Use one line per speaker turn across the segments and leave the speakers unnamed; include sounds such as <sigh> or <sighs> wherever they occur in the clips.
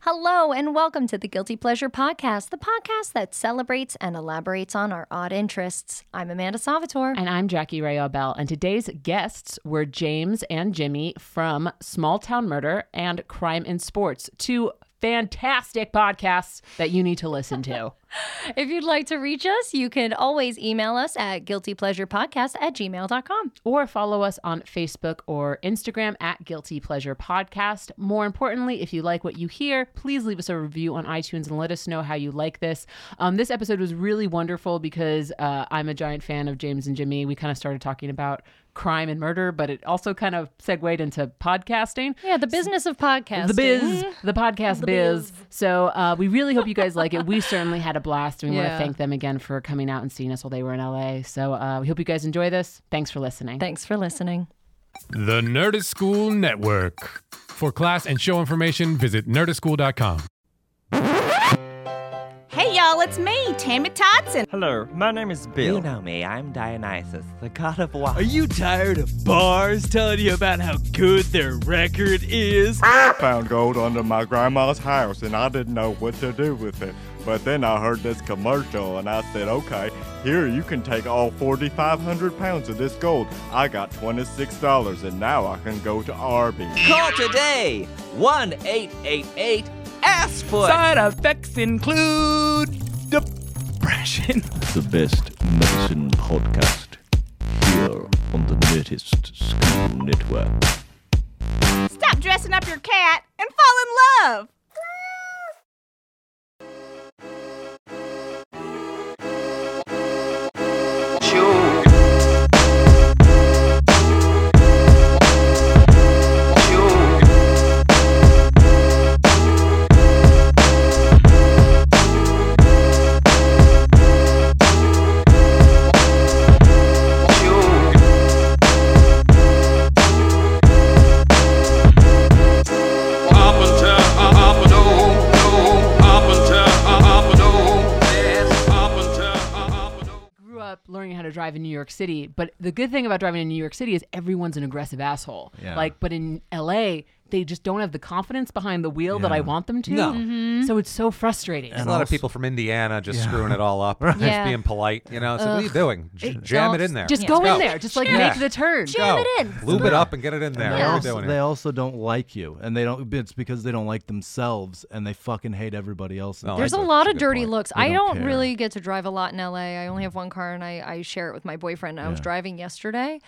Hello, and welcome to the Guilty Pleasure Podcast, the podcast that celebrates and elaborates on our odd interests. I'm Amanda Salvatore.
And I'm Jackie Rayo Bell. And today's guests were James and Jimmy from Small Town Murder and Crime in Sports, two fantastic podcasts that you need to listen to.
If you'd like to reach us, you can always email us at guiltypleasurepodcast at gmail.com.
or follow us on Facebook or Instagram at Guilty Pleasure Podcast. More importantly, if you like what you hear, please leave us a review on iTunes and let us know how you like this. Um, this episode was really wonderful because uh, I'm a giant fan of James and Jimmy. We kind of started talking about crime and murder, but it also kind of segued into podcasting.
Yeah, the business of podcasting.
The biz, the podcast biz. So uh, we really hope you guys like it. We certainly had a blast. and We want
Yeah.
to thank them again for coming out and seeing us while they were in LA. So uh, we hope you guys enjoy this. Thanks for listening.
Thanks for listening.
The Nerdist School Network. For class and show information, visit nerdistschool.com.
Hey y'all, it's me, Tammy Todson.
Hello, my name is Bill.
You know me, I'm Dionysus, the god of wine.
Are you tired of bars telling you about how good their record is?
found gold under my grandma's house and I didn't know what to do with it. But then I heard this commercial and I said, okay, here you can take all 4,500 pounds of this gold. I got $26 and now I can go to Arby's.
Call today! 1 888 Ask for
Side effects include depression.
the best medicine podcast here on the Nerdist School Network.
Stop dressing up your cat and fall in love.
grew up learning how to drive in New York City, but the good thing about driving in New York City is everyone's an aggressive asshole. Like, but in LA, they just don't have the confidence behind the wheel that I want them to.
No.
So it's so frustrating.
There's a lot of people from Indiana just screwing it all
<laughs>
up, just
Yeah.
being polite. You know, so what are you doing? J- jam it in there.
Just
Let's
go, in there. Just like
Yeah.
make the turn.
Go.
Jam it in.
Lube it up and get it in there.
They
What are we
also-
doing
They
here?
also don't like you, and they don't. It's because they don't like themselves, and they fucking hate everybody else.
No, I
There's a
agree.
lot
That's
of
good
dirty
point.
looks.
They
I
don't
don't
care.
really get to drive a lot in LA. I only have one car and I, I share it with my boyfriend. I was driving yesterday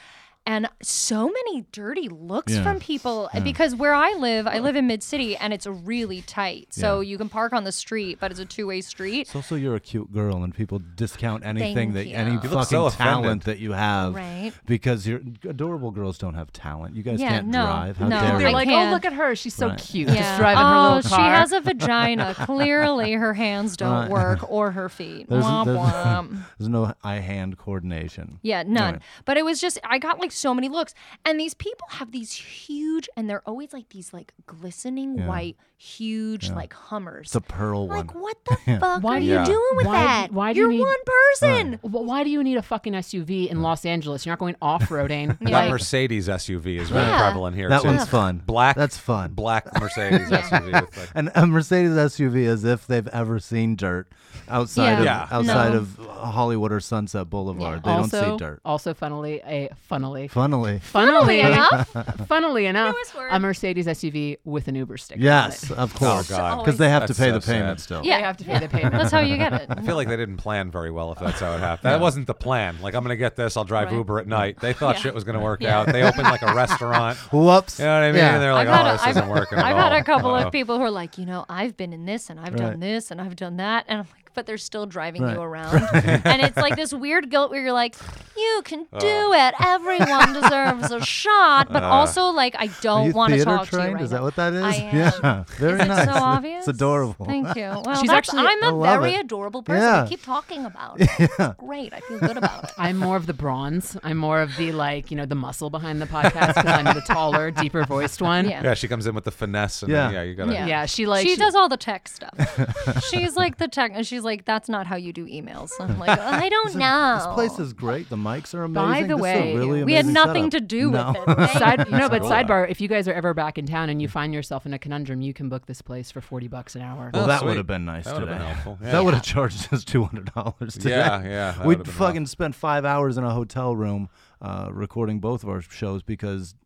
and so many dirty looks
Yeah.
from people uh, because where I live, I live in mid city and it's really tight. So you can park on the street, but it's a two way street.
It's also you're a cute girl, and people discount anything
Thank
that
you.
any
You
fucking
look so offended.
talent that you have,
Right.
Because you're adorable girls don't have talent. You guys
Yeah,
can't
no,
drive. How
no.
dare
They're
I
you?
like,
can.
oh, look at her. She's so
Right.
cute. Just driving
oh,
her little car.
she has a vagina. Clearly, her hands don't
Right.
work or her feet.
There's,
Womp
there's- <laughs>
womp.
there's no eye-hand coordination.
Yeah, none.
Right.
But it was just I got like so many looks, and these people have these huge, and they're always like these like glistening
Yeah.
white, huge like Hummers.
It's a pearl
like
one.
what
<laughs>
the fuck
Why
are
do
you
you-
doing with
why-
that?
why do you
You're
need-
one person.
Wh- Why do you need a fucking SUV in Los Angeles? You're not going off roading.
<laughs> Yeah.
That
Like-
Mercedes SUV is really
Yeah.
prevalent here.
That
too.
one's fun.
Black.
That's fun.
Black Mercedes
<laughs>
SUV. With like,
An, a Mercedes SUV as if they've ever seen dirt outside
Yeah.
of
Yeah.
outside
No.
of Hollywood or Sunset Boulevard. They
also,
don't see dirt.
also, funnily, a funnily,
Funnily,
funnily,
enough.
funnily enough,
Newest word.
a Mercedes SUV with an Uber sticker. on
yes,
it.
of course,
Oh, God.
because they have to
That's
pay
so
the payment
sad.
still.
Yeah.
They
<laughs>
have to pay the payment.
That's how you get it.
I feel like they didn't plan very well if that's how it happened. That wasn't the plan. Like, I'm going to get this. I'll drive
Right.
Uber at night. They thought
Yeah.
shit was going to work out. They opened like a restaurant.
<laughs> Whoops.
You know what I mean?
Yeah.
And they're like,
I've had
oh,
a-
this
I've-
isn't working at
I've had
all."
a couple
Uh-oh.
of people who are like, you know, I've been in this and I've done
Right.
this and I've done that, and I'm like, but they're still driving
Right.
you around, and it's like this weird guilt where you're like, you can
Uh.
do it. Everyone deserves a shot, but also like, I
Are
don't
you
want to
theater
talk
trained?
to you right
is
now.
that what that is?
I am.
Yeah, <laughs> very
Isn't
nice.
it so obvious?
It's adorable.
Thank you.
<laughs>
Well,
She's
that's-
actually-
I'm
I
a
love
very
it.
adorable person.
Yeah.
I keep talking
<laughs>
about it. It's great. I feel good about it.
I'm more of the bronze. I'm more of the like, you know, the muscle behind the podcast because I'm the taller, deeper voiced one.
Yeah.
Yeah, she comes in with the finesse. And
Yeah.
yeah. yeah, you got to.
Yeah, she like
she does all the tech stuff. <laughs> she's like the tech, and she's like, that's not how you do emails. I'm like, I
<laughs>
don't <laughs>
This is-
know.
This place is great. The mics are amazing.
By the
This is a
way,
really
we had
amazing
nothing to
setup.
do
No.
<laughs> Oh,
with
<laughs>
it. Thank
Side,
you.
no, but
Cool.
sidebar, if you guys are ever back in town and you find yourself in a conundrum, you can book this place for 40 bucks an hour.
Well,
Oh,
that
sweet.
would have been nice
That
today.
would've been helpful. Yeah.
That would have charged us two hundred dollars today. <laughs>
Yeah, yeah, that would've
We'd
been
fucking spent five hours in a hotel room uh, recording both of our shows because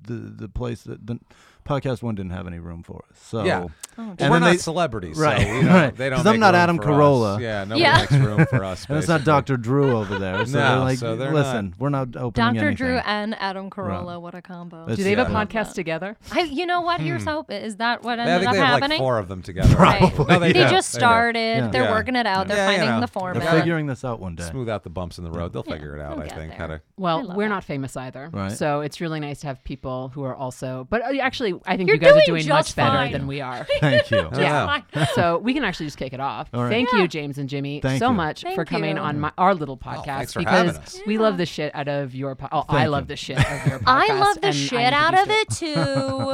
the the place that the podcast one didn't have any room for us. So
Yeah.
Oh,
and
Well,
then
we're not
they-
celebrities,
right?
So we don't,
right.
They don't.
'Cause I'm
make
not
room
Adam
for us.
Carolla.
Yeah, nobody
Yeah.
makes room for us.
<laughs> And it's not
basically.
Dr. Drew over there. So they're
<laughs> No,
like,
so they're
listen, we're not opening
Dr.
anything.
Drew and Adam Carolla, what a combo.
That's-
Do they have a
Yeah.
podcast together?
I, you know what?
Hmm.
Here's hope. Is that what ended
I think
up
they have
happening?
like four of them together.
<laughs>
Right.
No,
they
do.
just
They do.
started. They're
Yeah.
working it out. They're
Yeah, you
finding
know,
the
They're
format.
figuring this out one day.
Smooth out the bumps in the road. They'll figure it out.
they'll
I
get
think
there.
how to.
I
Well,
love
we're
that.
not famous either.
Right.
So it's really nice to have people who are also, but uh, actually, I think
You're
you guys are
doing
doing much
just
better
fine.
than
<laughs>
we are.
Thank you.
<laughs> I don't know.
so we can actually just kick it off.
All right.
Thank you, James and Jimmy,
Thank
so
you.
much for
Thank
coming
you.
on my, our little podcast
thanks for having
because
us.
we love the shit out of your. Po- oh, I
Thank
love
you.
the shit out
<laughs>
of your podcast.
I love the
and
shit
I'm
out
introduced
of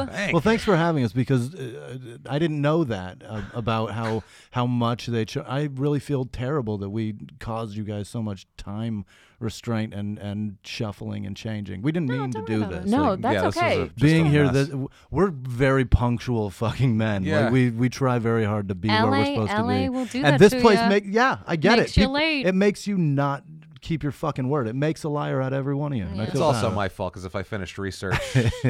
to
it
<laughs>
too.
Well, thanks for having us because uh, I didn't know that uh, about how how much they. Cho- I really feel terrible that we caused you guys so much time restraint and and shuffling and changing. We didn't mean to do this.
No,
Like,
that's
yeah, this was
okay.
a- just
being
a
here,
mess.
that we're very punctual fucking men. Like,
Yeah.
we we try very hard to be where
LA
we're supposed to
LA
be.
will do
and
that
this
to
place
ya.
make yeah, I get
Makes
it.
you
Peop-
late.
It makes you not keep your fucking word. It makes a liar out of every one of you. and I
It's
feel
also
bad.
my fault because if I finished research, I-
<laughs>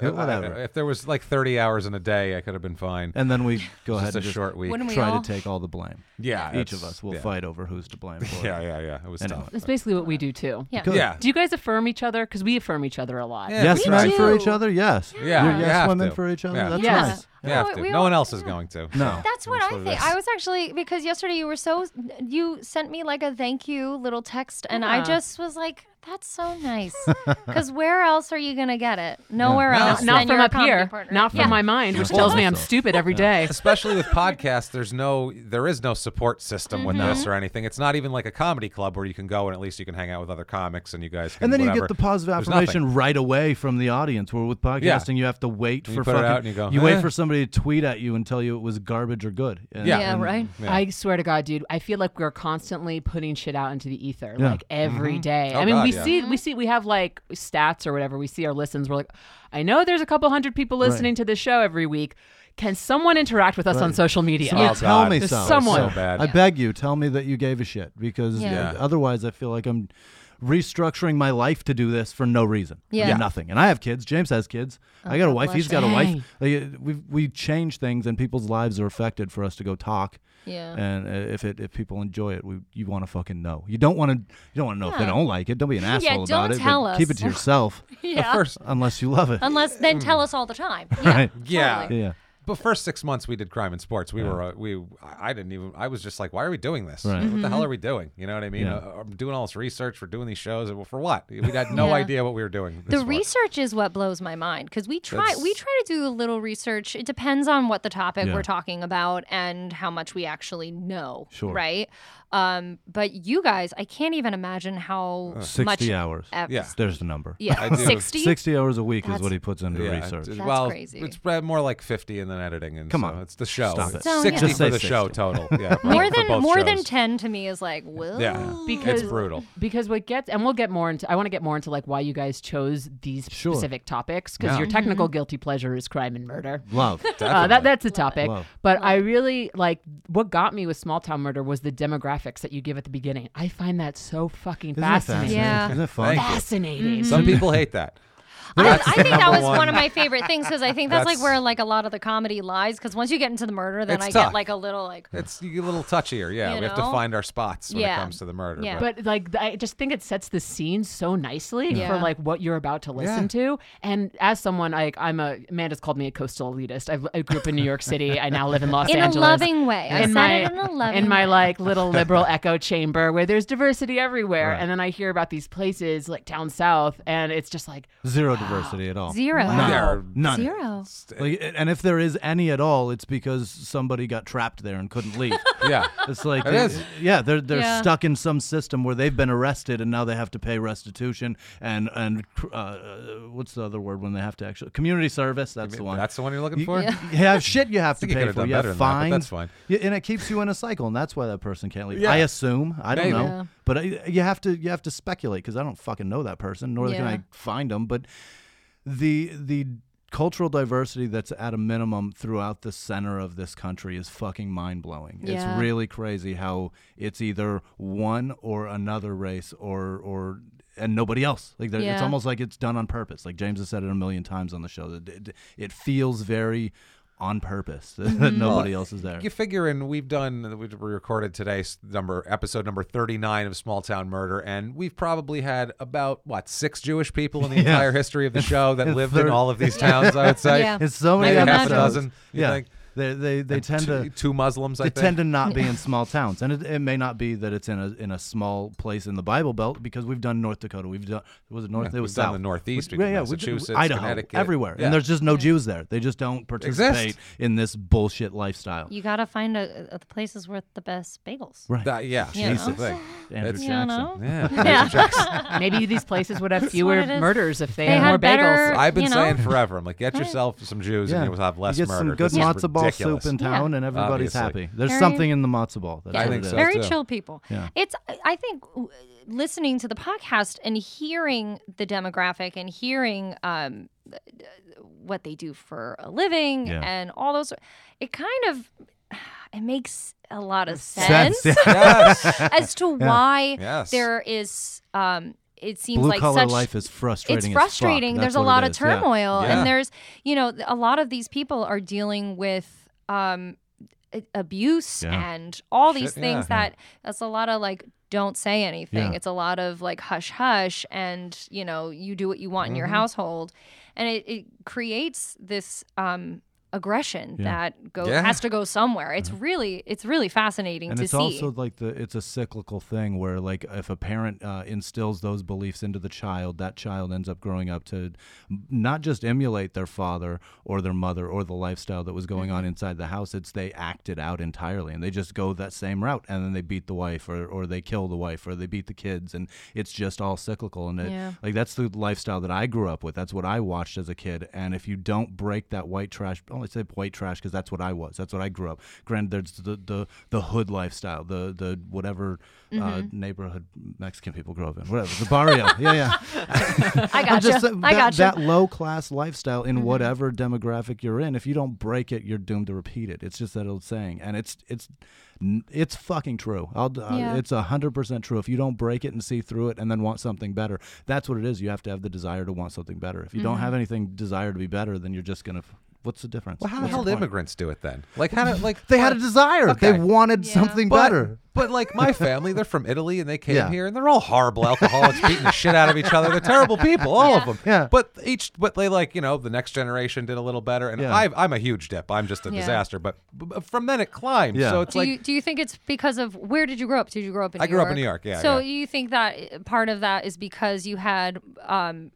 Whatever.
if there was like 30 hours in a day, I could have been fine.
And
<laughs>
then we go ahead
just a
and just
short week.
Wouldn't we
try
all?
to take all the blame.
Yeah,
each
that's-
of us will
yeah.
fight over who's to blame
<laughs>
for
Yeah,
it.
yeah, yeah. It was
Anyway.
tough.
That's basically what we do too.
Yeah.
Good.
Yeah.
Do you guys affirm each other? Because we affirm each other a lot.
Yeah,
Yes,
that's
men
right.
for each other. Yes.
Yeah,
You're
you
yes
have
women
to.
for each other.
Yeah.
That's
Yeah.
nice.
You have to.
we
no
all-
one else is going to.
No.
That's what
That's
I
what it
think.
is.
I was actually because yesterday you were so you sent me like a thank you little text, and I
Yeah.
just was like, "That's so nice." Because where else are you gonna get it? Nowhere else.
Not, not
than
from
your
up
comedy
here.
partner.
Not from
Yeah.
my mind, which
Yeah.
tells me I'm
Also.
stupid every day.
Especially with <laughs> podcasts, there's no, there is no support system with
Mm-hmm.
this or anything. It's not even like a comedy club where you can go and at least you can hang out with other comics and you guys. Can
And then you
whatever.
get the positive
There's
affirmation
nothing.
right away from the audience. Where with podcasting, you have to wait
You
for
put it
fucking.
out and you go,
wait
"Eh."
for somebody to tweet at you and tell you it was garbage or good. And-
Yeah.
Yeah.
and-
Right.
Yeah.
I swear to God, dude, I feel like we're constantly putting shit out into the ether,
Yeah.
like every day.
Oh,
I mean,
God,
we
yeah.
see, we see, we have like stats or whatever. We see our listens. We're like, I know there's a couple hundred people listening to this show every week. Can someone interact with us on social media?
Oh,
Tell
God.
me
It's
so.
someone.
So bad.
I beg you, tell me that you gave a shit because
Yeah.
Yeah.
otherwise I feel like I'm restructuring my life to do this for no reason.
Yeah.
For
Yeah.
Nothing. And I have kids. James has kids. I got a wife.
bless
He's got a
you.
wife.
Hey.
Like, uh, we we change things and people's lives are affected for us to go talk.
Yeah.
And uh, if it if people enjoy it, we you want to fucking know. You don't want to you don't want to know if
<laughs>
they
Yeah.
don't like it. Don't be an asshole about
don't
it. but
tell us.
Keep it to yourself
<laughs> <laughs> Yeah.
First,
unless you love it.
Unless then tell us all the time. Yeah.
Right.
yeah.
Totally.
Yeah. yeah.
But first six months we did crime and sports. We were uh, we I I didn't even I was just like, why are we doing this?
Right.
What the
Mm-hmm.
hell are we doing? You know what I mean?
Yeah.
Uh, I'm doing all this research. We're doing these shows. Well, for what? We had no
Yeah.
idea what we were doing.
The
this for.
research is what blows my mind because we try we
That's-
try to do a little research. It depends on what the topic
Yeah.
we're talking about and how much we actually know,
Sure.
right? Um, but you guys, I can't even imagine how much.
Sixty hours.
ev-
Yeah.
There's the number.
yeah,
do.
sixty.
Sixty hours a week is
That's-
what he puts into
Yeah,
research.
it's-
That's
well,
crazy.
it's uh, more like 50 and then editing. And
Come
so
on.
It's the show.
Stop
It's
it.
So,
60
yeah.
for
Just
the
say
show
60.
total. Yeah.
<laughs>
for-
more
for
than
both
more
shows.
than ten to me is like whoa.
Yeah.
Because-
it's
<laughs>
brutal.
because what gets and we'll get more into i want to get more into like why you guys chose these
Sure.
specific topics because
Yeah.
your technical guilty pleasure is crime and murder
Love.
uh, that, that's a topic
Love.
but i really like what got me with small town murder was the demographics that you give at the beginning i find that so fucking
Isn't that
fascinating
fascinating? Yeah. Mm-hmm.
Isn't it fun?
fascinating
Some people hate that.
I, I
That's the
think that
number
was one. of my favorite things because I think that's, like where like a lot of the comedy lies. Because once you get into the murder, then
It's
I
tough.
get like a little like
It's you get a little touchier. Yeah.
You
we have to
know?
find our spots when it
Yeah.
comes to the murder.
Yeah.
but like th- i just think it sets the scene so nicely
Yeah.
for like what you're about to listen to and as someone like i'm a amanda's called me a coastal elitist I've, i grew up in new york city i now live in los
in
angeles
a loving way. I said
in my
it in a loving
in my
way.
like
<laughs>
little liberal echo chamber where there's diversity everywhere and then i hear about these places like down south and it's just like
Zero diversity at all.
Zero. Wow.
There-
None.
Zero.
Like, and if there is any at all, it's because somebody got trapped there and
<laughs>
couldn't leave.
<laughs> Yeah.
It's like,
It is.
yeah, they're they're
Yeah.
stuck in some system where they've been arrested and now they have to pay restitution and and uh, what's the other word when they have to actually community service? That's the one.
That's the one you're looking
You,
for?
you <laughs> have shit you have to
think you
pay
could've
for.
done
You have
better than that, but
fines.
that's fine.
Yeah, and it keeps you in a cycle, and that's why that person can't leave.
Yeah.
I assume. I don't
Maybe.
know,
Yeah.
but I, you have to you have to speculate because I don't fucking know that person, nor can
Yeah.
I find them. But the the cultural diversity that's at a minimum throughout the center of this country is fucking mind blowing.
Yeah.
It's really crazy how it's either one or another race or or and nobody else. Like there- it's
Yeah.
almost like it's done on purpose. Like James has said it a million times on the show that it, it feels very on purpose <laughs> that nobody else is there.
You figure, and we've done, we we recorded today's number, episode number 39 of Small Town Murder, and we've probably had about, what, six Jewish people
<laughs>
in the entire history of the show that lived in
third-
all of these towns, I would
<laughs>
say.
Yeah.
It's so many
Maybe half a
episodes.
dozen, you
Yeah,
think?
they they, they
And
tend
two,
to
two Muslims, I
they
think.
tend to not be
<laughs>
in small towns, and it, it may not be that it's in a in a small place in the Bible Belt because we've done North Dakota, we've done was it North?
Yeah,
it was
we've done
South.
the Northeast,
We-
we've done
we've done
Massachusetts,
Idaho,
Connecticut.
everywhere,
Yeah.
and there's just no Jews there. They just don't participate in this bullshit lifestyle.
You gotta find a, a, the places with the best bagels.
right,
That- yeah,
You
that's the
know?
thing.
Andrew
it's-
You
Jackson.
know? <laughs>
Yeah.
Yeah.
<laughs> Maybe these places would have
what
fewer
it is.
murders if they,
They
had,
had
more bagels.
better-
I've been
you know?
saying forever, I'm like, get yourself some Jews
Yeah.
and you'll have less
you get
murder.
some good
This is
matzo ball
ridiculous.
soup in town, and everybody's
Obviously.
happy. There's
Very-
something in the matzo ball. That's
I
what
think
it is.
so.
Very
too.
chill people.
Yeah.
It's I- I think w- listening to the podcast and hearing the demographic and hearing um, what they do for a living
Yeah.
and all those, it kind of it makes a lot of sense,
Sense, yeah.
Yes.
<laughs> as to why
Yes.
there is. Um, it seems
Blue
like
collar
such
life is frustrating.
it's
as fuck.
frustrating.
That's
There's a
what it
lot of
is. Yeah.
turmoil,
Yeah.
and there's you know th- a lot of these people are dealing with um, a- abuse
Yeah.
and all these
Shit, yeah.
things that that's a lot of like don't say anything.
Yeah.
It's a lot of like hush hush, and you know you do what you want
Mm-hmm.
in your household, and it, it creates this. Um, aggression that go
Yeah.
has to go somewhere it's really it's really fascinating
Mm-hmm. and
to
it's
see
also like the it's a cyclical thing where like if a parent uh, instills those beliefs into the child that child ends up growing up to not just emulate their father or their mother or the lifestyle that was going on
Mm-hmm.
inside the house it's they act it out entirely and they just go that same route and then they beat the wife or, or they kill the wife or they beat the kids and it's just all cyclical and it,
Yeah.
like that's the lifestyle that I grew up with that's what I watched as a kid and if you don't break that white trash oh, I only say white trash because that's what I was that's what I grew up granted there's the the, the hood lifestyle the the whatever uh, neighborhood Mexican people grow up in whatever the barrio yeah yeah <laughs>
i
I'm
got gotcha.
saying
i got gotcha.
uh, that,
Mm-hmm.
that low class lifestyle in whatever demographic you're in. If you don't break it, you're doomed to repeat it. It's just that old saying, and it's it's n- it's fucking true. I'll, uh,
Yeah.
It's hundred percent true. If you don't break it and see through it, and then want something better, that's what it is. You have to have the desire to want something better. If you
Mm-hmm.
don't have anything desire to be better, then you're just gonna. f- What's the difference?
Well, how the
What's
hell did
point?
immigrants do it then? Like, how did, like,
They had a desire. They
Okay.
wanted
Yeah.
something
But-
better.
But like
<laughs>
my family, they're from Italy and they came
Yeah.
here and they're all horrible
<laughs>
alcoholics, beating the shit out of each other. They're terrible people, all of them.
Yeah.
But each, but they like you know the next generation did a little better. And
Yeah.
I've, I'm a huge dip. I'm just a
Yeah.
disaster. But, but from then it climbed.
Yeah.
So it's
Do
like
you do you think it's because of where did you grow up? Did you grow up in?
I
New
grew
York?
up in New York, yeah,
So
yeah.
you think that uh, part of that is because you had um,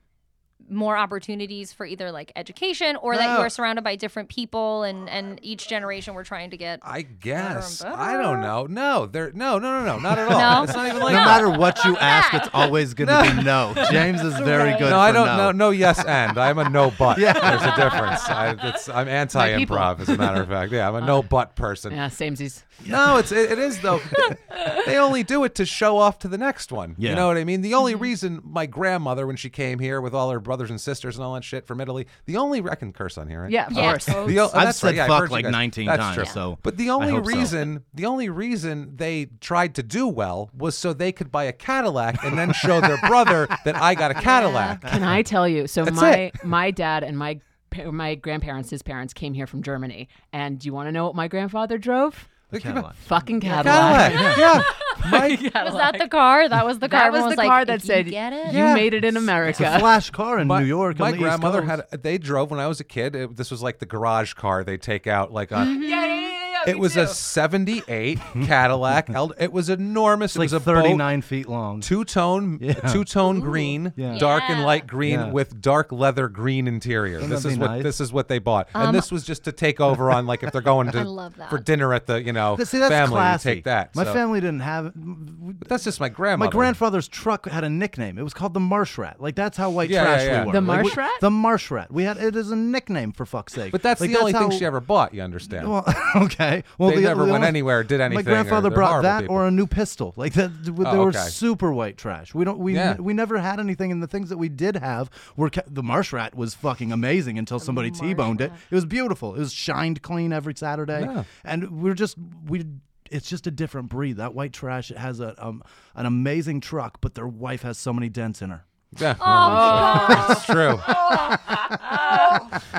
more opportunities for either like education or that you
No.
were surrounded by different people, and and each generation we're trying to get.
I guess
better.
I don't know. No, there. No, no, no, no, not at all.
No?
It's not even like
No matter
<laughs>
what you ask, it's always going to <laughs> be no. James is very good.
No, I
for
don't.
no.
No, no. Yes, and I'm a no but. yeah. There's a difference. I, it's, I'm anti-improv, as a matter of fact. Yeah, I'm a no but person.
Yeah, samesies.
No, it's it, it is though. <laughs> they only do it to show off to the next one.
Yeah.
You know what I mean? The only reason my grandmother, when she came here with all her brothers and sisters and all that shit from Italy, the only I can curse on here, right?
Yeah, of
Yeah.
course.
Oh,
The, o- oh,
I've
that's
said
right. Yeah, I've
fuck
heard you
like
guys.
19
That's
times,
True.
so
but the
I
only
hope so.
reason the only reason they tried to do well was so they could buy a Cadillac and then show
<laughs>
their brother that I got a Cadillac.
Can I tell you? So
That's
my my dad and my pa- my grandparents, his parents, came here from Germany. And do you want to know what my grandfather drove?
Like, come on.
Fucking Cadillac.
Cadillac. Yeah. My
was <laughs> that the car? That was the car.
That was
everyone
the
like,
car that
"You
said,
"Get <laughs> it."
"You
Yeah.
made it in
It's a
<laughs> America."
flash car in
My-
New York.
My
on the East
grandmother
Coast.
had. They drove when I was a kid. It, this was like the garage car they take out, like on.
yeah, yeah, yeah, yeah.
it was a 78
<laughs>
Cadillac. Eld- it was enormous.
like
it was a
39 feet long.
Two tone,
<laughs> Yeah.
two tone green,
Yeah.
dark and light green
Yeah.
with dark leather green interior.
Wouldn't
this
that
is
be
what
nice?
this is what they bought,
Um,
and this was just to take over on like if they're going
<laughs>
to
I love that.
for dinner at the you know
See, that's
family. you
classy.
Take that.
My
So-
family didn't have.
but that's just my grandma.
My grandfather's truck had a nickname. It was called the Marsh Rat. Like that's how white
Yeah, yeah,
trash
yeah.
we were.
The
Like, we-
Marsh Rat?
The Marsh Rat. We had it as a nickname for fuck's sake.
But that's
Like,
the only
how-
thing she ever bought. You understand?
Well, <laughs> okay. Well,
They
the,
never
the
went
only-
anywhere, did anything, or
My grandfather
they're
brought
horrible
that
people.
or a new pistol. <laughs> Like that, they
Oh,
were
okay.
super white trash. We don't. We
Yeah.
we never had anything, and the things that we did have were ca- the marsh rat was fucking amazing until somebody
marsh
t-boned it.
rat.
It was beautiful. It was shined clean every Saturday, and we're just we. It's just a different breed. That white trash it has a um, an amazing truck, but their wife has so many dents in her.
yeah,
Oh,
it's
<laughs>
true.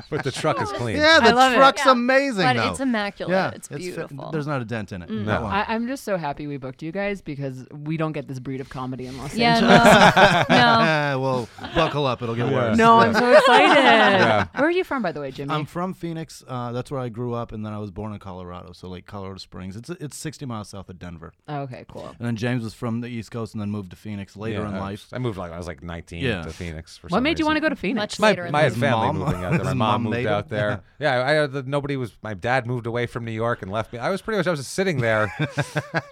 but the truck is clean.
Yeah,
I
the
love it.
truck's
Yeah.
amazing.
But
though.
it's immaculate.
Yeah,
It's
fa-
beautiful.
<laughs>
there's not a dent in it.
Mm.
Not one.
I, I'm just so happy we booked you guys because we don't get this breed of comedy in Los
yeah,
Angeles.
no, no.
<laughs>
Eh, well, buckle up. It'll get
Yeah.
worse.
No,
Yeah.
I'm so excited. Where are you from, by the way, Jimmy?
I'm from Phoenix. Uh, that's where I grew up, and then I was born in Colorado, so like Colorado Springs. It's it's 60 miles south of Denver.
okay, cool.
And then James was from the East Coast, and then moved to Phoenix later
Yeah,
in
I
life.
was- I moved like when I was like 19
Yeah.
to Phoenix. For
What
some
made you want to
reason.
go to
Much
Phoenix?
My,
later in
my
life.
family
mom-
moving
<laughs>
out there. My
his
mom,
mom
moved
made
out
him? <laughs>
there. Yeah, I, I the, nobody was. My dad moved away from New York and left me. I was pretty much. I was just sitting
<laughs>
there,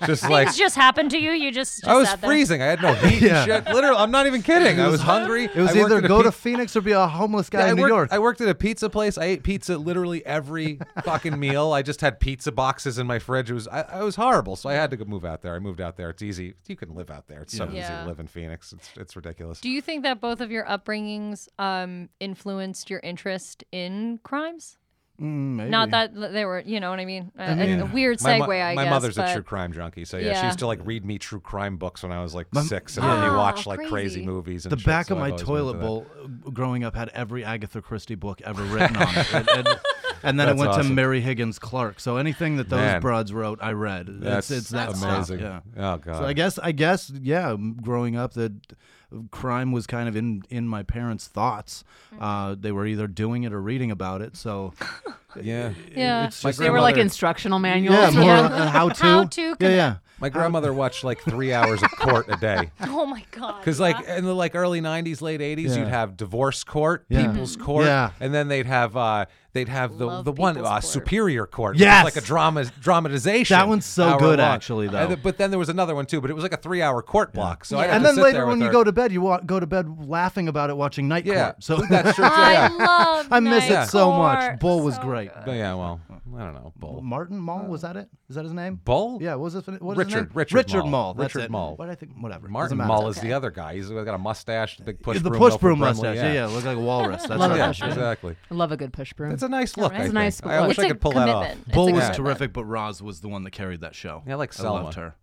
just like
Things just happened to you. You just, just
I was
sat there.
freezing. I had
<laughs>
no heat
Yeah.
and shit. Literally, I'm not even kidding. I was hungry.
It was
I worked
either
at a
go to
pi-
Phoenix or be a homeless guy
I
in New
worked,
York. Mm,
I worked at a pizza place. I ate pizza literally
<laughs>
every fucking meal. I just had pizza boxes in my fridge. It was I, I was horrible, so I had to go move out there. I moved out there. It's easy. You can live out there. It's so
Yeah.
easy
Yeah.
to live in Phoenix. It's it's ridiculous.
Do you think that both of your upbringings um, influenced your interest in crimes?
Mm, maybe.
Not that l- they were, you know what I mean? A, a-
mean-
a weird
my
segue,
mo-
I
my
guess.
mother's
but-
a true crime junkie, so yeah, she
Yeah.
used to like read me true crime books when I was like
My-
six, and then
Yeah.
you watch
Oh,
like crazy,
crazy.
movies. And
the
shit,
back
so
of
I've
my
always been into
toilet
that.
bowl uh, growing up had every Agatha Christie book ever written on it. And, and- and then
That's
it went
awesome.
to Mary Higgins Clark. So anything that those
Man.
broads wrote, I read.
That's
it's, it's that stuff,
amazing.
Yeah.
Oh god.
So I guess I guess yeah, m- growing up that uh, crime was kind of in in my parents' thoughts. Uh,
Mm-hmm.
they were either doing it or reading about it.
<laughs>
So
yeah.
Yeah.
it's
My
just
They were like
grandmother-
instructional manuals.
yeah,
for
more
them.
<laughs>
uh, how to
How to
yeah yeah.
My grandmother watched like three hours of court a day.
<laughs> Oh my God.
Because like in the like early '90s, late '80s,
Yeah.
you'd have divorce court,
Yeah.
people's court,
Yeah.
and then they'd have uh they'd have the
Mm. Love
the one
people's
uh,
court.
superior court,
Yes!
which was like a drama dramatization.
That one's so
hour
good,
long.
actually, though.
And th- but then there was another one too, but it was like a three-hour court block. So I'd have
And
to
then
sit
later
there
when
with
you
her.
go to bed, you wa- go to bed laughing about it, watching Night
yeah,
Court. So
<laughs> that's
<laughs>
true. Too.
I
Yeah.
love
I miss
Night
it so
Court
much. Bull was
so
great.
good. Uh,
But yeah, well, I don't know. Bull.
Martin Mall was that it? Is that his name?
Bull?
Yeah, what was his, what is his
Richard-
name?
Richard
Richard
Mall.
Mall. That's
Richard
it.
Mall.
What I think, whatever.
Martin
Doesn't matter.
Mull is the other guy. He's got a mustache, the big push
the
broom
push
over
broom
Brimley,
mustache. Yeah. yeah, looked like a walrus. That's
Love
right.
it.
Yeah,
mustache.
exactly.
I love a good push broom.
It's a nice look.
right.
I
It's a
think.
nice
I
look.
wish
It's
I
a
could pull that off.
commitment. It's
Bull
a
was
commitment.
terrific, but Roz was the one that carried that show.
Yeah, I like
I
Selma.
loved her.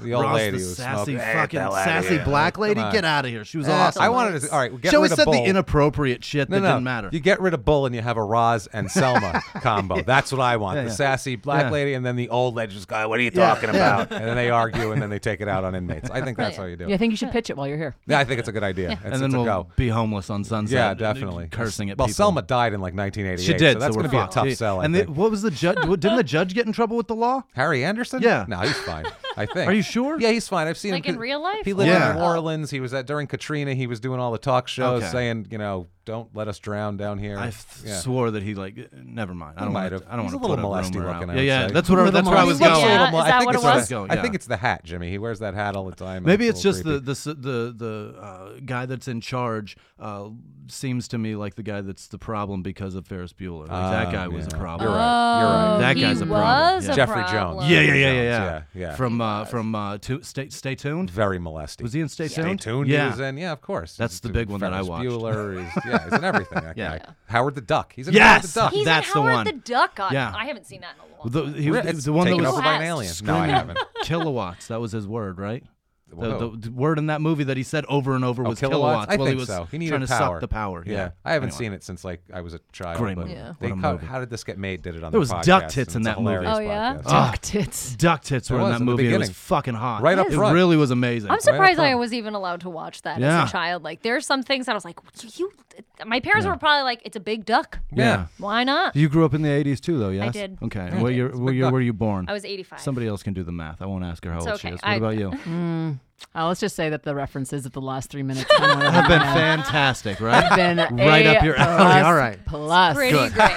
The old
Roz,
lady
the
was
sassy
smoking.
fucking sassy black lady,
on.
get out of here. She was
Eh,
awesome.
I wanted to. All right, get
she always
rid of
said
Bull.
the inappropriate shit
no,
that
no.
didn't matter.
You get rid of Bull and you have a Roz and
<laughs>
Selma combo. That's what I want.
Yeah,
the
yeah.
sassy black
Yeah.
lady and then the old lady just guy. What are you
Yeah,
talking
yeah.
about? And then they argue and then they take it out on inmates. I think that's how you do
yeah, I
it.
think you should pitch it while you're <laughs> here.
Yeah, I think it's a good idea. It's,
and then
it's a
we'll
go.
be homeless on Sunset.
Yeah,
and
definitely.
Cursing at
well,
people.
Selma died in like 1988.
She did.
So that's
we're
going to be a
fucked.
tough
Yeah.
sell. I
And the,
think.
what was the judge? what- Didn't the judge get in trouble with the law?
Harry Anderson?
Yeah.
No, he's fine. I think.
Are you sure?
Yeah, he's fine. I've seen
Like
him.
in real life?
He lived
Yeah.
in New Orleans. He was at during Katrina. He was doing all the talk shows
Okay.
saying, you know, don't let us drown down here.
I f- swore that he like. Never mind. I don't
might
want.
have.
I don't
He's
want
a
to
little
put
molesty
a rumor
looking, I
Out.
would
Yeah, yeah.
say.
That's what. I,
Little
that's where I
molesty.
was
Yeah,
going.
is
mo- I
that
think
what
it's
it
the-
was?
Going,
I
yeah.
think it's the hat, Jimmy. He wears that hat all the time. and
Maybe
a
it's
little
just
creepy.
the the s- the the uh, guy that's in charge uh, seems to me like the guy that's the problem because of Ferris Bueller. Like that
Oh,
guy was a
yeah.
problem.
You're right. You're right.
Oh,
That
he
guy's a problem.
was
Yeah.
a
Jeffrey
problem.
Jones.
Yeah, yeah, yeah,
Yeah,
yeah, yeah.
yeah.
From uh, from uh, to, stay stay tuned.
Very molesty.
Was he in Stay
Stay
Tuned?
tuned.
Yeah.
He was in. Yeah, of course.
That's
He's
the
in
big one that
Ferris
I watched.
Bueller
<laughs>
is. Yeah, he's in everything. That
Yeah.
guy. Howard the Duck. He's in
Yes!
Howard the Duck.
He's
That's
in
the
Howard
one.
the Duck. On.
Yeah.
I haven't seen that in a long time.
The, he,
It's
the one that
taken
was
over by an alien. No, I
screaming
haven't.
kilowatts. That was his word, right?
Whoa.
The, the word in that movie that he said over and over
Oh,
was
kilowatts?
kilowatts,
I
while
think
he was
so. He needed
trying to
power.
suck the power. Yeah,
I haven't
Anyway.
seen it since like I was a child.
Great
but
movie. Yeah.
They
What a
cut-
movie.
How did this get made? Did it on the
There was
podcast,
duck tits in
and it's a
that movie.
hilarious
Oh, yeah?
podcast.
Ugh.
Duck tits.
Duck tits
There
were in
was
that
in the
movie. and It was
beginning.
fucking hot.
Right up
it
front.
really was amazing.
I'm surprised I
front.
was even allowed to watch that
Yeah.
as a child. Like there's some things that I was like, you. My parents were probably like, it's a big duck.
Yeah.
Why not?
You grew up in the '80s too, though. Yes.
did.
Okay. And What year? What year were you born?
I was 85.
Somebody else can do the math. I won't ask her how
It's
old
okay.
she is. What
I-
about
<laughs>
you?
Uh, let's just say that the references of the last three minutes kind of
<laughs> Have been fantastic, right?
been
<laughs> right
a
up your alley.
plus,
All right.
Plus,
Pretty
<laughs>
great.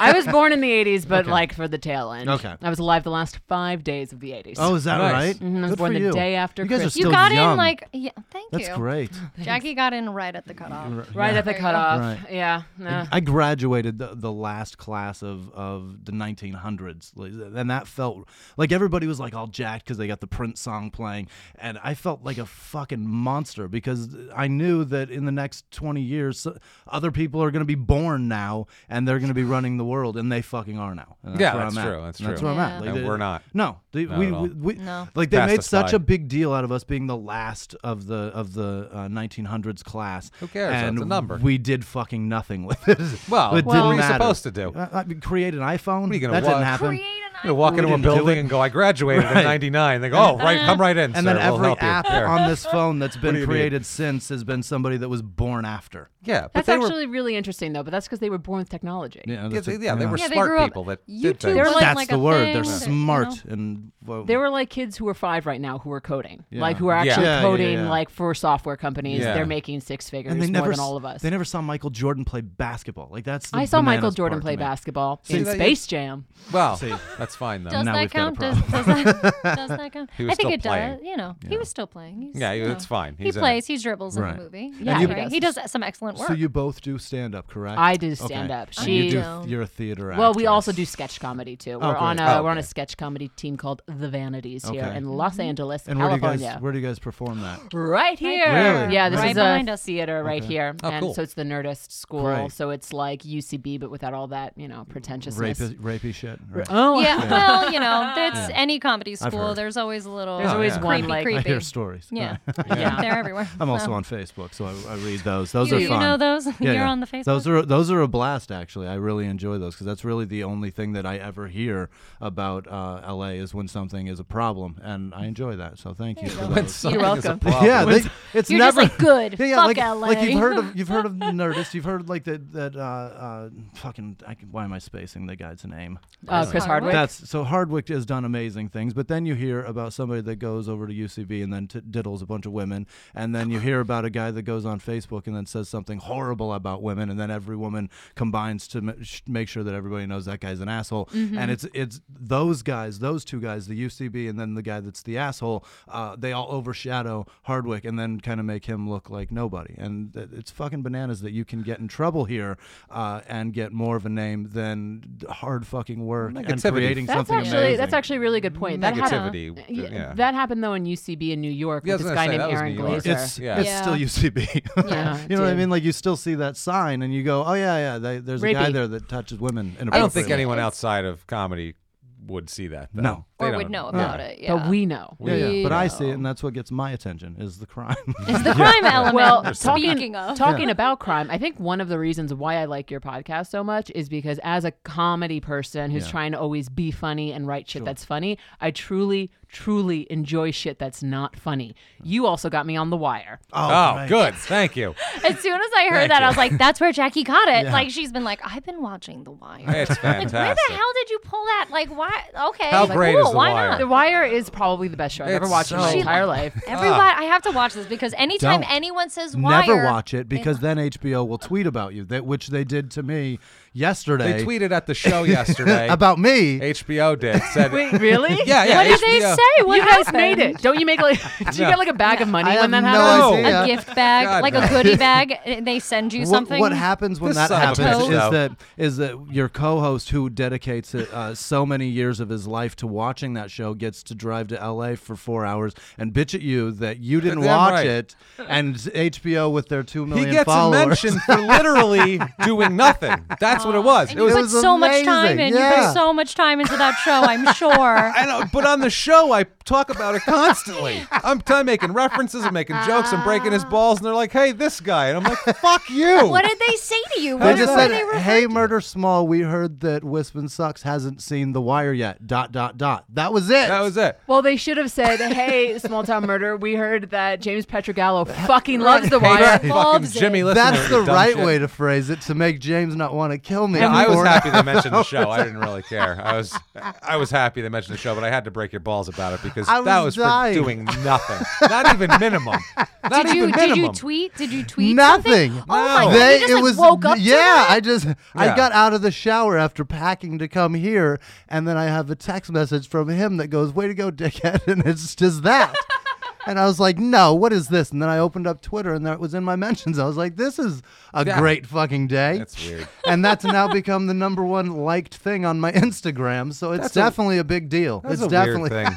I was born in the 80s, but like for the tail end.
Okay.
I was alive the last five days of the 80s.
Oh, is that
Nice.
right?
Mm-hmm.
Mhm, I was
Good
born
for
the
you.
day after
You guys are
Christmas.
still
you got
young.
in like, yeah, thank
That's
you.
great.
<laughs> Jackie got in right at the
<laughs>
cutoff.
right at the
There you go.
cutoff.
Right.
Yeah. nah.
I graduated the, the last class of, of the 1900s, like, and that felt like everybody was like all jacked because they got the Prince song playing, and I felt like a fucking monster because I knew that in the next 20 years, so- other people are going to be born now and they're
<sighs>
going to be running the world, and they fucking are now. And
Yeah,
where
that's
I'm at.
true, that's
And That's
true.
where I'm
Yeah.
at. Like,
And
they-
we're not.
No, they,
Not
we,
at all.
we, we
No.
like they
Passed
made
us
such
by.
a big deal out of us being the last of the of the uh, 1900s class.
Who cares? That's
And
a number.
we did fucking nothing with it.
<laughs> Well,
it
what were
didn't
you
matter.
supposed to do?
Uh, I mean, create an iPhone.
What are you gonna
that
watch?
didn't happen.
Create an
You know, walk
We
into a
didn't do
building
it.
and go, I graduated in
Right.
99. They go, oh, right, come right in.
and
sir.
then
we'll
every
help you."
app
Here.
on this phone
<laughs>
that's
do you
been
need?
created since has been somebody that was born after.
Yeah, but
That's
they were,
actually really interesting, though, but that's because they were born with technology.
yeah, they, yeah, they were
Yeah, they
smart
grew up-
people that
YouTube
did things.
was-
That's
like
the
a
word.
thing,
They're
you know?
smart and well,
They were like kids who are five right now who are coding,
Yeah.
like who are
Yeah.
actually
Yeah, yeah,
coding,
yeah.
like for software companies.
Yeah.
They're making six figures
and they
more
never
than
s-
all of us.
They never saw Michael Jordan play basketball. Like that's. The
I saw Michael
bananas
Jordan
part to
play
me.
basketball
See,
in
that- Ah,
Space Jam.
Well, that's fine, though.
Does
now
that
we've got
count?
a
Does, does, that,
<laughs>
does that count?
He was
I think
still
it
playing.
does. You know, he was still playing. He's,
Yeah, he-
you know,
it's fine.
He
He's in
plays. He dribbles
Right.
in the movie.
Yeah,
Yeah,
you-
he, does. he does some excellent work.
So
<laughs>
you both do stand up, correct?
I do stand-up.
So
She-
you do,
No.
you're a theater actor.
Well, we also do sketch comedy too. We're
great.
on a
Oh,
we're on a
okay.
sketch comedy team called The Vanities here
Okay.
in
Mm-hmm.
Los Angeles,
And where do you
California.
guys where do you guys perform that?
Right here.
there.
Yeah, this
Right
is
behind
a
us.
theater right here.
Oh,
and
cool.
so it's the Nerdist School.
Great.
So it's like UCB, but without all that, you know, pretentiousness.
Rapey, rapey shit. Right.
Oh,
yeah, well, you
<laughs>
know, that's any comedy
I've
school.
heard.
There's always a little.
There's
Oh,
always
yeah.
one
creepy,
like
I
creepy.
hear stories.
<laughs> Yeah.
Right.
Yeah.
they're everywhere.
I'm also
So-
on Facebook, so I, I read those. Those
You-
are
you
fun.
know those? You're on the Facebook?
Those are those are a blast. Actually, I really enjoy those because that's really the only thing that I ever hear about uh, LA is when something is a problem, and I enjoy that. <laughs> So thank you. For
<laughs>
When
those.
something is a
welcome.
problem.
Yeah, they, it's
You're just
never
like, good.
<laughs> Yeah, yeah,
Fuck
like,
LA.
like you've
<laughs>
heard of you've heard of Nerdist. You've heard like that that uh, uh, fucking. I can, why am I spacing the guy's name?
<laughs> uh, Chris Hardwick.
That's so Hardwick has done amazing things, but then you hear about somebody that goes over to UCB and then t- diddles a bunch of women, and then you hear about a guy that goes on Facebook and then says something horrible about women, and then every woman combines to m- sh- make sure that everybody knows that guy's an asshole. And it's it's those guys, those two guys, the UCB and then the guy that's the asshole. Uh, they all overshadow Hardwick and then kind of make him look like nobody. And th- it's fucking bananas that you can get in trouble here uh, and get more of a name than hard fucking work and
Negativity.
creating
That's
something
actually
amazing.
that's actually a really good point. That happened,
Negativity.
yeah,
Yeah.
that happened though in UCB in New York
Yeah, I
with
was
this
gonna
guy
say,
named
that was
Aaron
New York.
Glazer.
it's
Yeah.
it's still <laughs> UCB.
Yeah,
you know what I
dude.
mean? Like you still see that sign, and you go, "Oh yeah, yeah." They, there's a guy
Rapey.
there that touches
I don't
women.
think
inappropriately."
anyone outside of comedy would see that. though.
No.
They
or
don't-
would know
yeah.
about it. Yeah.
But we know.
Yeah, yeah.
We
But I
know.
see it, and that's what gets my attention is the crime.
<laughs>
<laughs> Oh,
it's the crime element.
Well,
speaking
talking,
of,
talking about crime, I think one of the reasons why I like your podcast so much is because as a comedy person who's
Yeah.
trying to always be funny and write shit that's funny, I truly, truly enjoy shit that's not funny. You also got me on The Wire.
Oh,
right.
good. Thank you.
as soon as I heard
Thank
that,
you.
I was like, "That's where Jackie caught it."
Yeah.
Like she's been like, "I've been watching The Wire."
It's
Like, where the
fantastic.
hell did you pull that? Like, why? Okay,
How
like,
great
cool,
is The
why
Wire?
not?
The Wire is probably the best show I've ever
It's
watched in my
so-
entire life.
Everybody, I have to watch this because anytime
Ah. Don't.
anyone says Wire,
Never watch it because then HBO will tweet about you, that which they did to me yesterday.
They tweeted at the
<laughs>
show yesterday.
about me.
HBO
<laughs>
did. Said,
Wait, really?
Yeah, yeah.
What did they
HBO
say? What
you guys
happened?
made it. Don't you make <laughs> like? Do you
No.
get like a bag of money
I
when
have
that
no
happens?
No.
idea.
a gift bag,
God,
like
no.
a goodie
<laughs>
bag. and They send you
What-
something.
What, happens when
This
that
son of a
happens
bitch,
is
though.
that is that your co-host who dedicates uh, so many years of his life to watching that show gets to drive to LA for four hours and bitch at you
<laughs>
that you didn't
Damn
watch
right.
it, and HBO with their two
He
million
gets a
followers.
mention for
<laughs>
literally doing nothing. That's what it was.
And
it
you
was
put so much
amazing,
time in. You
yeah.
put so much time into that show, I'm
<laughs>
sure.
I know, but on the show, I talk about
<laughs>
it constantly. I'm, I'm making references, I'm making jokes, I'm breaking his balls, and they're like, "Hey, this guy," and I'm like, "Fuck you."
What did they say to you?
<laughs> They
What,
just
what
said,
were they
"Hey, Murder Small, we heard that Wispin sucks hasn't seen The Wire yet." Dot dot dot. That was it.
that was it.
Well, they should have said, "Hey, small town murder, we heard that James Petrogallo fucking loves the wire."
Fucking
loves it.
Jimmy, listen
That's
to
the
your dumb
right
shit.
way to phrase it to make James not want to kill me.
Yeah, I was
before-
happy they
<laughs>
mentioned the show. I didn't really care. I was I was happy they mentioned the show, but I had to break your balls about it because
I was
that was
dying.
for doing
<laughs>
nothing. Not even minimum. Not
did you
even
did you
minimum.
tweet? Did you tweet
Nothing.
Something? Oh my
No.
god!
They-
you just
it
like
was
woke up. to
yeah.
that?
I just I
Yeah.
got out of the shower after packing to come here, and then I have a text message from him that goes, "Way to go, dickhead!" <laughs> And it's just
<laughs>
that. And I was like, no, what is this? And then I opened up Twitter and that was in my mentions. I was like, this is a
Yeah.
great fucking day.
That's weird.
<laughs> and that's now become the number one liked thing on my Instagram. So it's
That's a-
definitely a, big deal.
That was
it's
a
definitely
weird thing.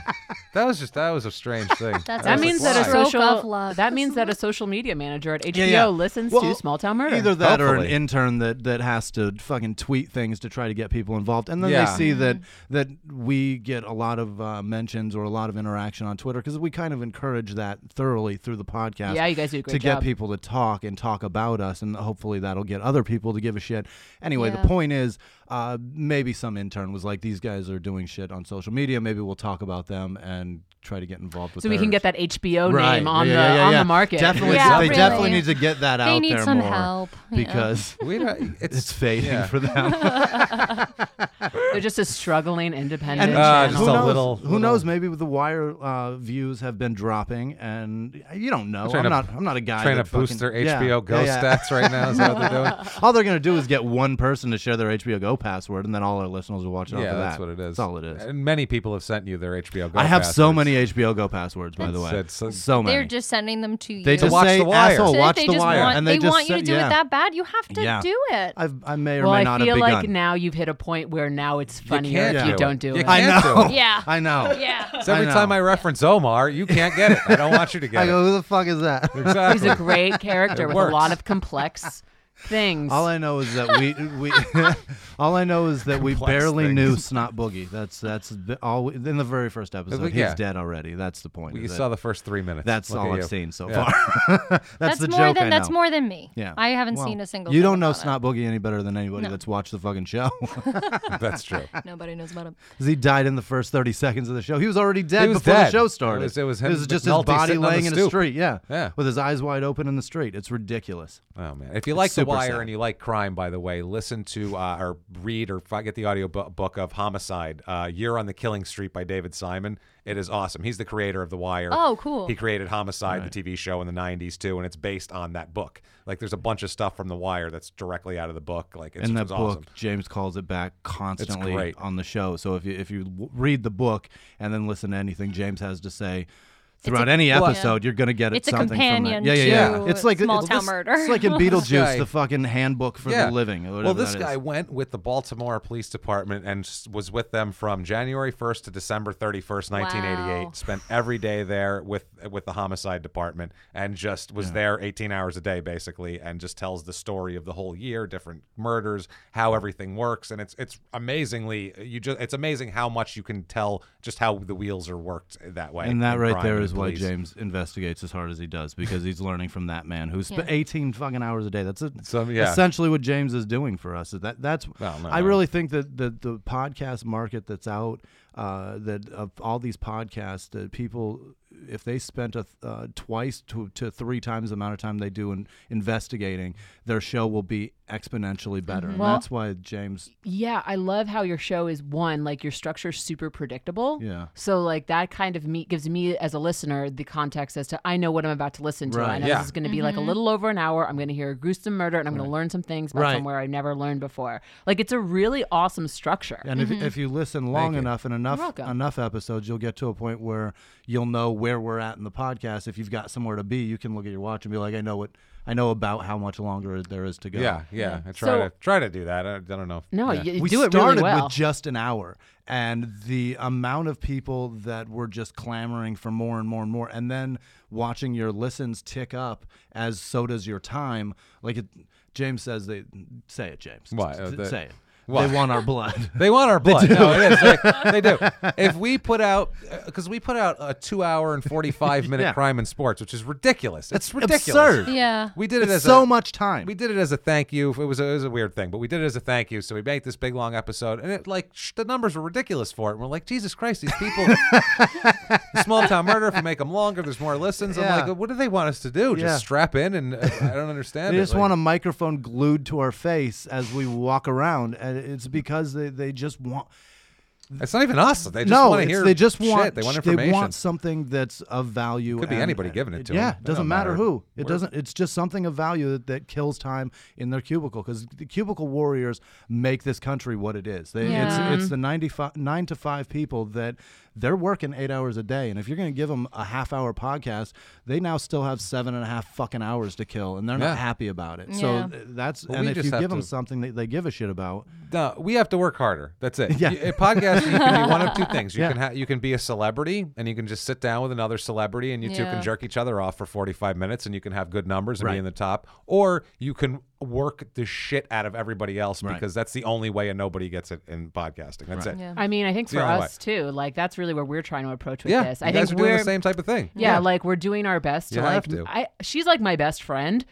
That was just that was a strange thing.
That's
I
That
was
means
like,
that a
why?
Stroke of
social
love.
that means that a social media manager at HBO
yeah.
listens
Well,
to small town murder.
Either that or an
Hopefully.
intern that, that has to fucking tweet things to try to get people involved. And then
Yeah.
they see that
Mm-hmm.
that we get a lot of uh, mentions or a lot of interaction on Twitter because we kind of encourage that thoroughly through the podcast.
Yeah, you guys do a great
To
job.
get people to talk and talk about us, and hopefully that'll get other people to give a shit. Anyway,
Yeah.
the point is uh, maybe some intern was like, these guys are doing shit on social media. Maybe we'll talk about them and try to get involved with
so we can
theirs."
get that HBO
Right.
name on
Yeah,
the
yeah, yeah,
on
yeah.
the market.
Definitely,
Yeah,
they
really.
definitely need to get that out
need
there
some
more
help, yeah.
because
We don't,
<laughs>
it's,
it's fading
yeah.
for
<laughs>
them.
They're just a struggling independent.
and
Uh,
channel.
just
who
a
knows?
little-
who
little-
knows? Maybe the wire uh, views have been dropping, and you don't know. I'm,
trying to-
not. I'm not a guy
Trying to
that
boost their
fucking-
HBO
yeah,
Go
yeah, yeah.
stats right now. Is that what they're
<laughs>
doing?
<laughs> all they're gonna do is get one person to share their HBO Go password, and then all our listeners will watch it. off
yeah,
of that.
that's what it is.
That's all it is.
And many people have sent you their HBO Go.
I have so
passwords.
many HBO Go passwords, by the way.
That's- that's-
so many.
They're just sending them to you.
Oh they just
watch
say,
The Wire.
"Asshole,
So if
watch
they
the
just
wire,"
want,
and
they,
they, just
want you
sent-
to do
yeah.
it that bad. You have to
Yeah.
do it.
I've, I may or
well,
may
I
not
feel
have begun.
like now you've hit a point where now it's funnier
can't
if
do
you
it.
don't do
You
it.
can't.
I know.
do it.
Yeah.
I know.
yeah.
So every
<laughs> I
time
know.
I reference Omar, you can't get it. I don't want you to get
<laughs> I go,
it.
who the fuck is that?
<laughs> Exactly.
He's a great character
It
with
works.
a lot of complex things.
All I know is that we
<laughs>
we <laughs> all I know is that we
Complex
barely
things.
knew Snot Boogie. That's that's the- all we- in the very first episode.
But
He's
yeah.
dead already. That's the point.
We
is that-
saw the first three minutes.
<laughs> that's
Look
all
at
I've
you. <laughs>
seen so
Yeah.
far. <laughs> that's,
That's,
the
more
joke. I
than that's
know.
more than me.
Yeah,
I haven't
Well,
seen a single.
You
thing
don't know
about it.
Snot Boogie any better than anybody that's watched the
<laughs>
fucking show. <laughs>
That's true.
Nobody knows about him.
'Cause he died in the first thirty seconds of the show. He was already dead
was
before
dead.
the show
It
started.
was- it was him,
just
McNulty
his body
sitting on the
laying in
stoop.
a street. Yeah,
Yeah.
with his eyes wide open in the street. It's ridiculous.
Oh man! If you like The
super
Wire
sad.
and you like crime, by the way, listen to uh, or read or fi- get the audio bu- book of Homicide: uh, Year on the Killing Street by David Simon. It is awesome. He's the creator of The Wire.
Oh, cool.
He created Homicide, the TV show in the '90s too, and it's based on that book. Like, there's a bunch of stuff from The Wire that's directly out of the book. Like, it's,
in that
it's
book,
awesome.
James calls it back constantly
great.
on the show. So if you if you w- read the book and then listen to anything James has to say throughout any
well,
episode, you're gonna get
It's a
something
companion
from that. Yeah, yeah, yeah.
to
It's like
Small
it's,
Town
it's-
Murder. <laughs>
It's like in
guy-
Beetlejuice, the fucking handbook for
Yeah.
the living. Or
well,
whatever
this
that
guy
is.
went with the Baltimore Police Department and s- was with them from January 1st to December 31st, 1988.
Wow.
Spent every day there with with the homicide department and just was there 18 hours a day basically and just tells the story of the whole year, different murders, how everything works and it's it's amazingly you just it's amazing how much you can tell just how the wheels are worked that way.
And that
in
right
crime
there
and
is
in
why
police.
James investigates as hard as he does because he's learning from that man who spent 18 fucking hours a day. That's a,
Some- yeah.
essentially what James is doing for us. That that's
Well, no,
I
no.
really think that the the podcast market that's out uh, that of all these podcasts that people if they spent a th- uh, twice to, to three times the amount of time they do in investigating, their show will be exponentially better. And
Well-
that's why James.
Yeah, I love how your show is one like your structure's super predictable.
Yeah.
So like that kind of me gives me as a listener the context as to I know what I'm about to listen to. I
Right.
know
Yeah.
this is going to be like a little over an hour. I'm going to hear a gruesome murder and I'm going to learn some things about
Right.
somewhere I never learned before. Like it's a really awesome structure.
And if, if you listen long enough and enough
Mm-hmm. welcome.
enough episodes, you'll get to a point where you'll know where we're at in the podcast. If you've got somewhere to be, you can look at your watch and be like, "I know what I know about how much longer there is to go.
Yeah, yeah. I try
So-
to try to do that. I, I don't know. If,
No,
yeah.
you, you
we
do it
started
really well.
with just an hour and the amount of people that were just clamoring for more and more and more and then watching your listens tick up as so does your time like it, james says they say it james
Why?
S-
Oh,
s-
the-
say it
Why?
they want our blood
They want our blood. no, it is.
<laughs>
They, they do. If we put out, because we put out a two-hour and forty-five minute
Yeah.
crime and sports, which is ridiculous. <laughs> It's ridiculous.
<laughs> absurd
Yeah.
We did it
It's
as
so
a,
much time
We did it as a thank you. It was a, it was a weird thing, but we did it as a thank you. So we made this big long episode, and it like sh- the numbers were ridiculous for it. And we're like, Jesus Christ, these people.
<laughs>
Small town murder. If we make them longer, there's more listens.
Yeah.
I'm like, what do they want us to do? Just
Yeah.
strap in, and uh, I don't understand.
They
it.
just
Like-
want a microphone glued to our face as we walk around, and it's because they, they just want.
It's not even us. They just
no,
want to
it's-
hear.
they just
shit.
want.
They want
sh-
information.
want something that's of value.
Could be
and-
anybody
and-
giving it to
Yeah,
them. It
doesn't
don't
matter,
matter.
who. It
We're-
doesn't. It's just something of value that, that kills time in their cubicle because the cubicle warriors make this country what it is. They,
Yeah.
It's it's the 95, nine to five people that they're working eight hours a day, and if you're going to give them a half hour podcast, they now still have seven and a half fucking hours to kill, and they're
Yeah.
not happy about it. So
Yeah.
th- that's
Well, we
and if
just
you
have
give them
to-
something that they give a shit about,
No, we have to work harder. That's it.
<laughs> Yeah.
You- A podcast, you can be one of two things. You
Yeah.
can ha- you can be a celebrity, and you can just sit down with another celebrity, and you two
Yeah.
can jerk each other off for forty five minutes, and you can have good numbers and be
Right.
in the top. Or you can work the shit out of everybody else because that's the only way, and nobody gets it in podcasting. That's it.
Yeah.
I mean, I think for
the only
us too, like that's really where we're trying to approach with
Yeah,
this.
you
I
guys
think
are doing
we're
the same type of thing.
Yeah, like we're doing our best
You
to like
have to.
I she's like my best friend.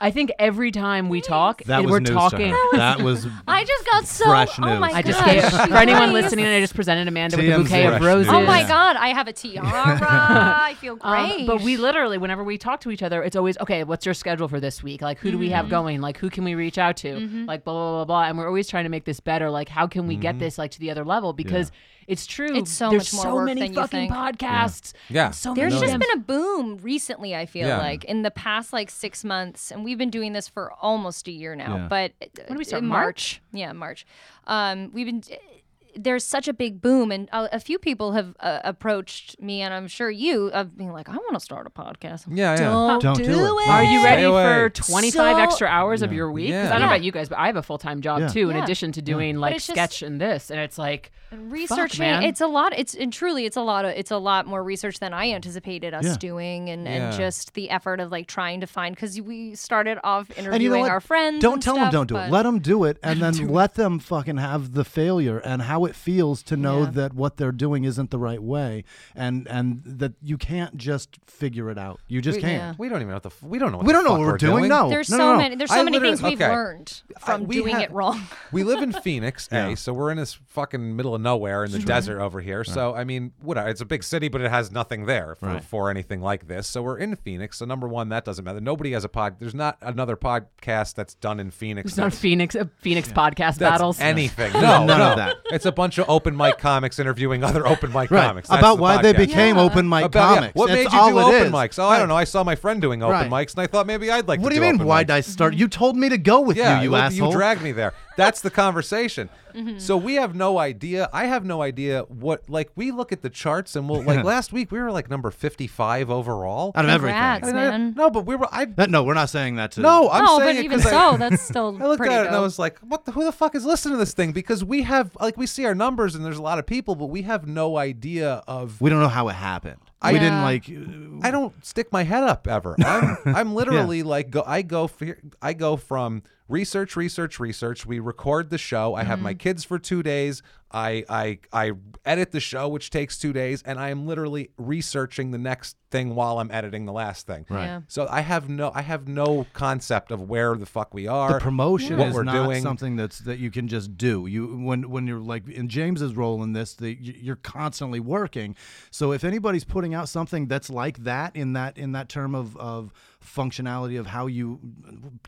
I think every time we talk,
That
and
was
we're
news to her.
talking
That was
I just got so.
Fresh
Oh my
news.
god.
I just
gosh,
gave
you
for anyone
guys.
listening, I just presented Amanda with a
TMZ.
bouquet of
Fresh
roses.
Oh my
Yeah.
god, I have a tiara.
<laughs>
I feel
Um,
great.
but we literally, whenever we talk to each other, it's always okay. What's your schedule for this week? Like, who do we have
Mm-hmm.
going? Like, who can we reach out to? Like, blah blah blah blah. And we're always trying to make this better. Like, how can we
Mm-hmm.
get this like to the other level? Because it's true.
It's so
there's
much more
so
work
many
than you
fucking
think.
podcasts.
Yeah.
<laughs>
so
There's
many
just
of
been a boom recently, I feel
Yeah.
like, in the past like six months. And we've been doing this for almost a year now.
Yeah.
But
When did we start,
in
March?
Yeah, March. Um, we've been, there's such a big boom. And a, a few people have uh, approached me, and I'm sure you, of being like, I want to start a podcast. I'm like,
Yeah, yeah.
Don't,
Don't
do
do it.
it.
Are you
Stay
ready
away.
for 25
So-
extra hours of your week? Because I don't know
Yeah.
about you guys, but I have a full time job
Yeah.
too, in
Yeah.
addition to doing
But
like
it's just-
sketch and this. And it's like,
researching
man.
it's a lot it's and truly it's a lot of it's a lot more research than i anticipated us
Yeah.
doing and
Yeah.
and just the effort of like trying to find because we started off interviewing
and you know what?
our friends
Don't
and
tell
stuff,
them don't do
but-
it. Let them do it,
<laughs>
and then let them fucking have the failure and how it feels to know
Yeah.
that what they're doing isn't the right way, and and that you can't just figure it out. You just
We,
can't.
we don't even know what the f- we don't know. What
We
the
don't know
fuck
what we're doing. No,
there's
no,
so
no, no.
many there's
I
so many
literally-
things we've
okay.
learned
I-
from
we
doing
ha-
it wrong <laughs>
we live in Phoenix,
Yeah.
A, so we're in this fucking middle of nowhere in
Mm-hmm.
the desert over here. So, I mean, what it's a big city, but it has nothing there for,
Right.
for anything like this. So, we're in Phoenix. So, number one, that doesn't matter. Nobody has a pod. There's not another podcast that's done in Phoenix.
it's not
that's-
Phoenix, uh, Phoenix podcast
that's
battles.
<laughs>
anything. No,
None of
no.
that.
It's a bunch of
<laughs>
open mic comics interviewing other open mic
Right.
comics. That's
About
the
why they
podcast.
became open mic
About- yeah.
comics.
What made
That's
you
all
do
it
open
is.
mics? Oh, I don't know. I saw my friend doing open
Right.
mics, and I thought maybe I'd like
What
to
do you mean?
open
Why'd
mics.
I
Mm-hmm.
start? You told me to go with you, you
well,
asshole.
You
Mm-hmm.
dragged me there. That's
<laughs>
the conversation. So we have no idea. I have no idea what. Like we look at the charts and we'll
<laughs>
like last week we were like number fifty-five overall.
out of everything.
Congrats.
And I-
man.
no, but we were. I
That- no, we're not saying that to.
no. I'm
no
saying
Oh, but
it
even
'cause I- <laughs>
so that's still
I looked
pretty
at it and I
dope.
was like, "What? The, who the fuck is listening to this thing?" Because we have, like, we see our numbers and there's a lot of people, but we have no idea of.
we don't know how it happened. we didn't like.
I don't stick my head up ever.
<laughs>
I'm, I'm literally like go. I go. f- I go from research, research, research. We record the show. I have
Mm-hmm.
my kids for two days. I I I edit the show, which takes two days, and I am literally researching the next thing while I'm editing the last thing.
Right.
Yeah.
So I have no. I have no concept of where the fuck we are.
the promotion
what
is
we're
not
doing.
something that's that you can just do. You when when you're like in James's role in this, the, you're constantly working. So if anybody's putting out something that's like that in that in that term of of functionality of how you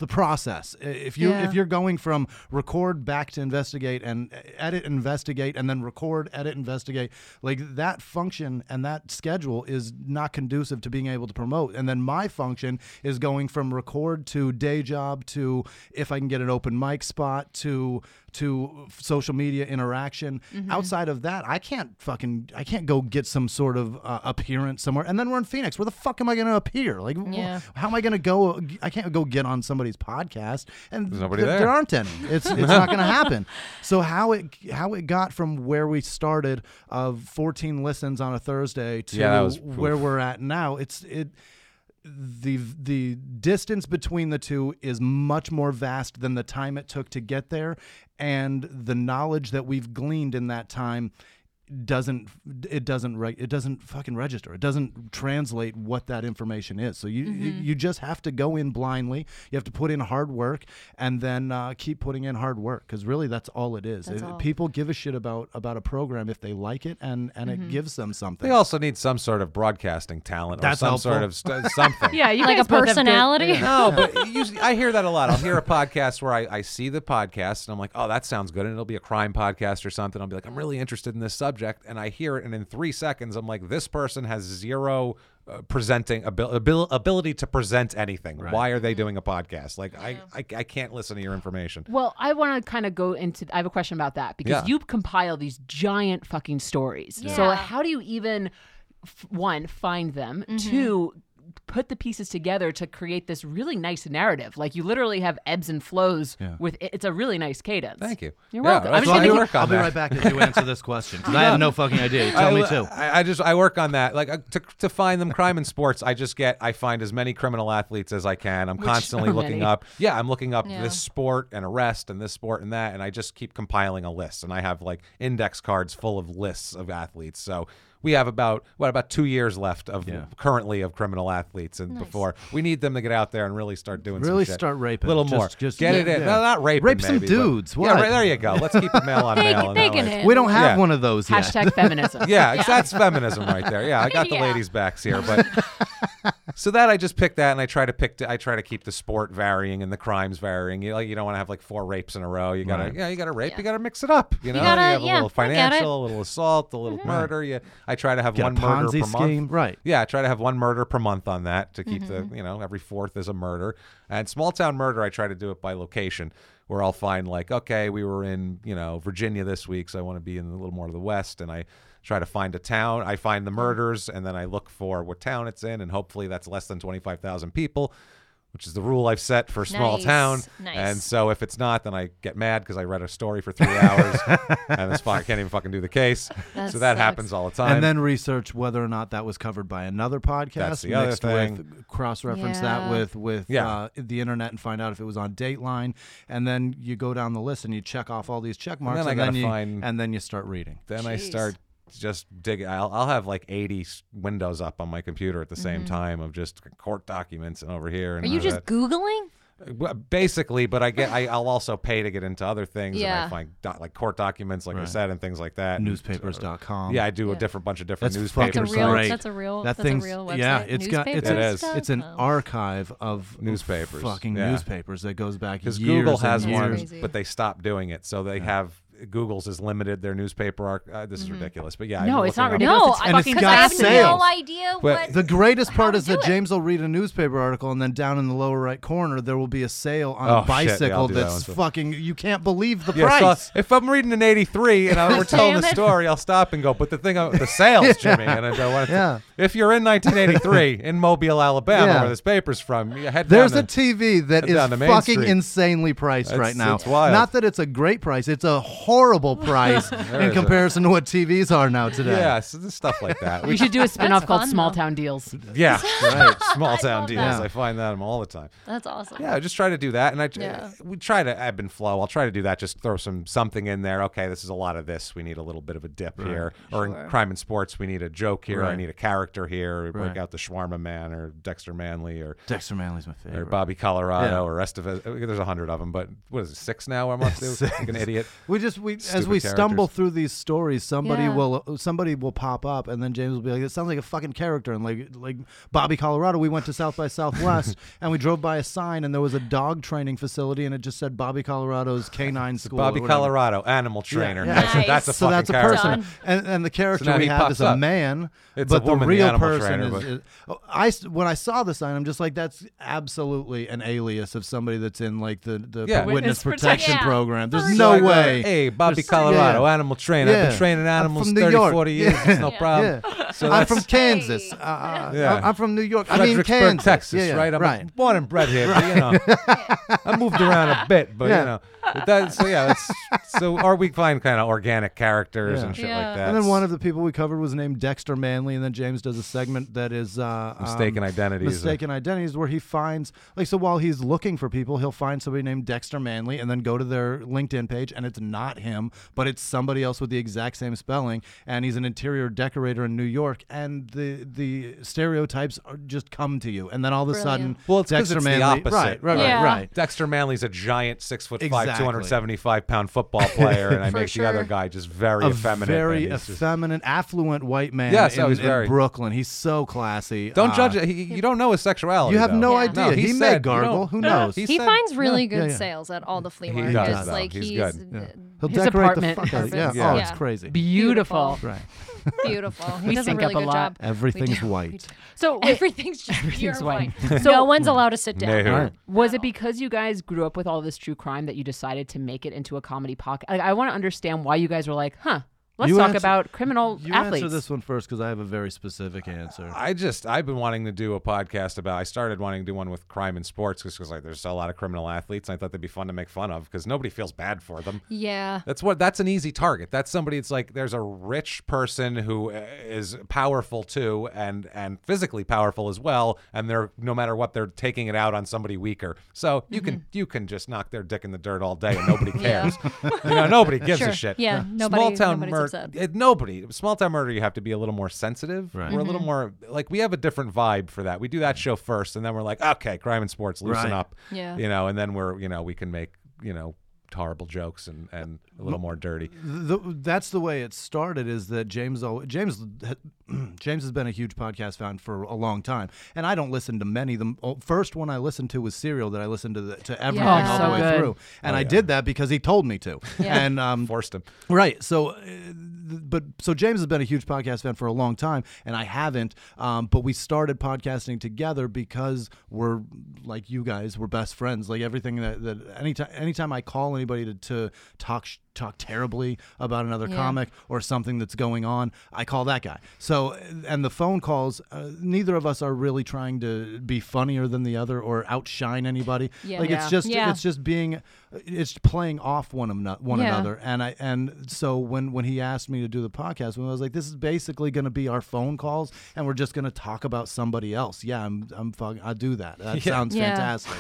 the process. If you
Yeah.
if you're going from record back to investigate and e, edit investigate and then record edit investigate like that function and that schedule is not conducive to being able to promote. And then my function is going from record to day job to if I can get an open mic spot to to social media interaction. Outside of that, I can't fucking I can't go get some sort of uh, appearance somewhere. And then we're in Phoenix. Where the fuck am I going to appear? Like, wh-
Yeah.
how how am I going to go? I can't go get on somebody's podcast, and
There's nobody
there.
there.
aren't any. It's it's not going to
<laughs>
happen. So how it how it got from where we started of 14 listens on a Thursday to
Yeah, that was-
where
oof.
we're at now, it's it the the distance between the two is much more vast than the time it took to get there and the knowledge that we've gleaned in that time doesn't it doesn't reg- it doesn't fucking register it doesn't translate what that information is so you you,
Mm-hmm.
you just have to go in blindly you have to put in hard work and then uh, keep putting in hard work because really that's all it is
That's
It-
all.
people give a shit about about a program if they like it and and
Mm-hmm.
it gives them something
They also need some sort of broadcasting talent or
That's
some
helpful.
sort of st- something.
Yeah, you
like a
guys both have good-
personality.
No, but usually I hear that a lot. I'll hear a podcast where I, I see the podcast and I'm like, oh, that sounds good. And it'll be a crime podcast or something. I'll be like, I'm really interested in this subject. And I hear it. And in three seconds, I'm like, this person has zero uh, presenting abil- abil- ability to present anything. Why are they doing a podcast? Like, I, I, I can't listen to your information.
Well, I want to kind of go into. I have a question about that because
Yeah.
you compile these giant fucking stories. So
Yeah.
how do you even f- one find them?
Mm-hmm.
Two put the pieces together to create this really nice narrative. Like you literally have ebbs and flows with it. It's a really nice cadence.
Thank you.
You're
Yeah,
welcome. I'm
that's
just
why
gonna
we
keep-
work on
i'll be
that.
right back if you answer this question because i have no fucking idea You tell
I,
me too
I, I just I work on that. Like uh, to, to find them crime and sports, I just get I find as many criminal athletes as I can. I'm constantly
are
looking
many.
up. Yeah, I'm looking up
Yeah.
this sport and arrest and this sport and that, and I just keep compiling a list. And I have like index cards full of lists of athletes. So we have about what about two years left of currently of criminal athletes, and before we need them to get out there and really start doing some
Really
shit.
start raping.
a little
Just-
more.
just-
get
yeah,
it in.
yeah.
No, not raping.
Rape some
maybe, but-
dudes,
Yeah,
what?
right, there you go. Let's keep it
<laughs>
male on
They,
male. and
they
that
can
way-
hit.
we don't have
Yeah.
one of those yet
Hashtag feminism.
yeah, <laughs> it's that's feminism right there. Yeah, I got
<laughs>
the
Yeah.
ladies' backs here, but <laughs> so that I just pick that and I try to pick. I try to keep the sport varying and the crimes varying. You like you don't want to have like four rapes in a row. You gotta yeah, you gotta rape.
Yeah.
You gotta mix it up. You know, Mm-hmm.
gotta-
have a
yeah,
little
I get it.
financial, a little assault, a little murder. Yeah, I try to have
Get a
one murder
Ponzi
per
scheme.
month.
Right.
Yeah, I try to have one murder per month on that to keep
Mm-hmm.
the you know every fourth is a murder. And small town murder, I try to do it by location. Where I'll find like, okay, we were in you know Virginia this week, so I want to be in a little more of the West, and I try to find a town. I find the
Mm-hmm.
murders, and then I look for what town it's in, and hopefully that's less than twenty five thousand people, which is the rule I've set for small
Nice,
town.
nice.
And so if it's not, then I get mad because I read a story for three
<laughs>
hours, and this fuck can't even fucking do the case.
That
so that
sucks.
happens all the time.
and then research whether or not that was covered by another podcast.
That's the other
mixed
thing.
with cross-reference
Yeah.
that with with
Yeah.
uh, the internet and find out if it was on Dateline, and then you go down the list and you check off all these check marks,
then I
and
gotta
you
find-
and then you start reading.
then I start just digging. I'll, I'll have like 80 s- windows up on my computer at the same time of just court documents and over here. And
Mm-hmm. Are you
over
just googling?
that. Well, basically? But I get I, I'll also pay to get into other things. And
Yeah.
I find doc, like court documents, like I said, and things like that. and, uh,
Newspapers.com.
yeah, I do a different bunch of different
That's
newspapers.
fucking
That's a real-
great.
that's a real-
That
that's a
thing's-
real
Yeah,
website.
it's got it's
Newspapers
a-
and stuff?
it's an
Oh.
archive of
Newspapers,
fucking
yeah.
newspapers that goes back
because
years.
Google
and
has
years.
one,
Crazy.
but they stopped doing it. So they have Google's is limited. Their newspaper arc. Uh, this is ridiculous, but yeah, I've
No,
been
it's not
looking up-
ridiculous.
Mm-hmm. No,
it's
I-
and it's
fucking
got
I have
fascinating.
sales.
no idea
But
what.
The greatest part
to
is that
do it.
James will read a newspaper article, and then down in the lower right corner there will be a sale on
Oh,
a
shit, yeah, I'll
bicycle
do that
that's
one too.
fucking. You can't believe the
Yeah, so
price.
if I'm reading an 83 and
<laughs>
I, we're telling the
Damn it.
story, I'll stop and go, but the thing, uh, the sales, Jimmy. And I go, what-
Yeah.
if you're in
<laughs>
1983 in Mobile, Alabama,
Yeah.
where this paper's from, you head
There's
down
a
to-
TV that
down
is
the Main
fucking
Street.
insanely priced
It's-
right now.
it's wild.
Not that it's a great price; it's a
<laughs>
horrible price
is
in
a-
comparison to what TVs are now today.
Yeah, so there's stuff like that.
We
<laughs>
We,
should do a spin-off called
fun,
Small
though.
Town Deals.
yeah, right. Small town
love
deals.
that.
I find that all the time.
That's awesome.
Yeah, I just try to do that, and I uh,
Yeah.
we try to ebb and flow. I'll try to do that. Just throw some something in there. Okay, this is a lot of this. We need a little bit of a dip here, or in crime and sports, we need a joke here. I
Right.
need a character here. Break
Right.
out the Shawarma Man or Dexter Manley or
Dexter Manley's my
or
favorite.
Bobby Colorado
Yeah.
or rest of us. uh, There's a hundred of them, but what is it? Six now? I'm
<laughs>
up to like an idiot.
We just we as
Stupid
we stumble
characters.
through these stories, somebody
Yeah.
will somebody will pop up, and then James will be like, "It sounds like a fucking character." And like like Bobby Colorado, we went to South
<laughs>
by Southwest, and we drove by a sign, and there was a dog training facility, and it just said Bobby Colorado's canine school. or
Bobby
whatever.
Colorado, animal trainer.
yeah.
That's, a, that's a
so
fucking
that's a
character.
person, and, and the character
now
we
he
have
pops
is a
up.
man,
It's
but
a woman,
the
the
real
animal
person
trainer,
is,
but-
is- oh, I s- when I saw the sign, I'm just like, that's absolutely an alias of somebody that's in like the the
Yeah.
witness
Witness
protection
protection. Yeah.
program. There's
So
no
I go,
way.
Hey, Bobby
There's-
Colorado,
yeah.
animal trainer. I've
Yeah.
been training
I'm
animals
from New
30,
York.
40 years.
Yeah.
It's no problem.
Yeah.
So
I'm
that's-
from Kansas. Uh, uh,
Yeah.
I'm from New York. I mean
Fredericksburg,
Kansas,
Texas,
Yeah, yeah,
right? I'm
right.
born and bred here, but you know,
<laughs>
I moved around a bit, but
Yeah.
you know, but that, so yeah, that's, so are we find kind of organic characters
Yeah.
and shit
Yeah.
like that.
And then one of the people we covered was named Dexter Manley, and then James does a segment that is uh, um,
Mistaken identities.
Mistaken identities, where he finds like so while he's looking for people, he'll find somebody named Dexter Manley, and then go to their LinkedIn page, and it's not him, but it's somebody else with the exact same spelling, and he's an interior decorator in New York, and the the stereotypes are, just come to you, and then all of a sudden,
well, it's 'cause
Dexter
it's
Manley,
the opposite.
right, right, right, right.
Ah, Dexter Manley's a giant six foot five,
Exactly.
two hundred seventy five pound football player,
<laughs>
and I
For
make the other
sure.
guy just very
a
effeminate.
very
and he's just-
effeminate, affluent white man
Yes, I
in,
was
in
very-
Brooklyn. He's so classy.
don't
Uh,
judge it. He, you don't know his sexuality.
You have
though.
no Yeah. idea.
No,
He may
said, you
gargle.
don't-
Who knows?
He,
He said-
finds really
Yeah,
good
yeah, yeah.
sales at all the flea
He
markets.
does, though.
like
He's
he's,
good.
Yeah.
uh,
He'll
His
decorate the
apartment
fuck out of it. Yeah.
carpets.
Oh,
Yeah.
it's crazy.
Beautiful.
Right.
beautiful. He
We
does a
sync
really
up a
good
lot.
job. We
Everything's
do.
white.
<laughs>
So wait,
Everything's just
Everything's
pure
white.
white.
<laughs> So-
no
Hmm.
one's allowed to sit down.
No.
Was it because you guys grew up with all this true crime that you decided to make it into a comedy pocket? Like, I want to understand why you guys were like, huh, let's
You
talk
answer-
about criminal
You
athletes.
answer this one first because I have a very specific answer.
I just I've been wanting to do a podcast about. I started wanting to do one with crime and sports just because like there's a lot of criminal athletes. And I thought they'd be fun to make fun of because nobody feels bad for them.
Yeah.
That's what. That's an easy target. That's somebody. It's like there's a rich person who uh, is powerful too, and and physically powerful as well. And they're no matter what, they're taking it out on somebody weaker. So you can you can just knock their dick in the dirt all day, and nobody
Mm-hmm. <laughs> Yeah.
cares. you know,
<laughs>
nobody gives
Sure.
a shit.
Yeah, nobody-
Small town
nobody's
murder.
upset.
Nobody. Small town murder. You have to be a little more sensitive.
Right.
We're a little
Mhm.
more like we have a different vibe for that. We do that show first, and then we're like, okay, crime and sports, loosen
Right.
up.
Yeah.
You know, and then we're you know we can make you know horrible jokes and and a little more dirty.
the, that's the way it started is that James al- James <clears throat> James has been a huge podcast fan for a long time and I don't listen to many of them Oh, first one I listened to was Serial that I listened to the, to everything
Yeah. Oh,
all the
so
way
good.
through and
Oh,
I
yeah.
did that because he told me to
Yeah.
and um
Forced him.
right so uh, th- but so James has been a huge podcast fan for a long time and I haven't um, but we started podcasting together because we're like you guys we're best friends like everything that, that anytime anytime I call anybody to, to talk sh- talk terribly about another
Yeah.
comic or something that's going on, I call that guy. So, and the phone calls, uh, neither of us are really trying to be funnier than the other or outshine anybody.
Yeah.
Like
Yeah.
it's just
Yeah.
it's just being uh, it's playing off one ano- one
Yeah.
another. And I and so when when he asked me to do the podcast, when I was like this is basically going to be our phone calls and we're just going to talk about somebody else. Yeah, I'm I'm fuck, I do that.
<laughs>
That
Yeah.
sounds
Yeah.
fantastic.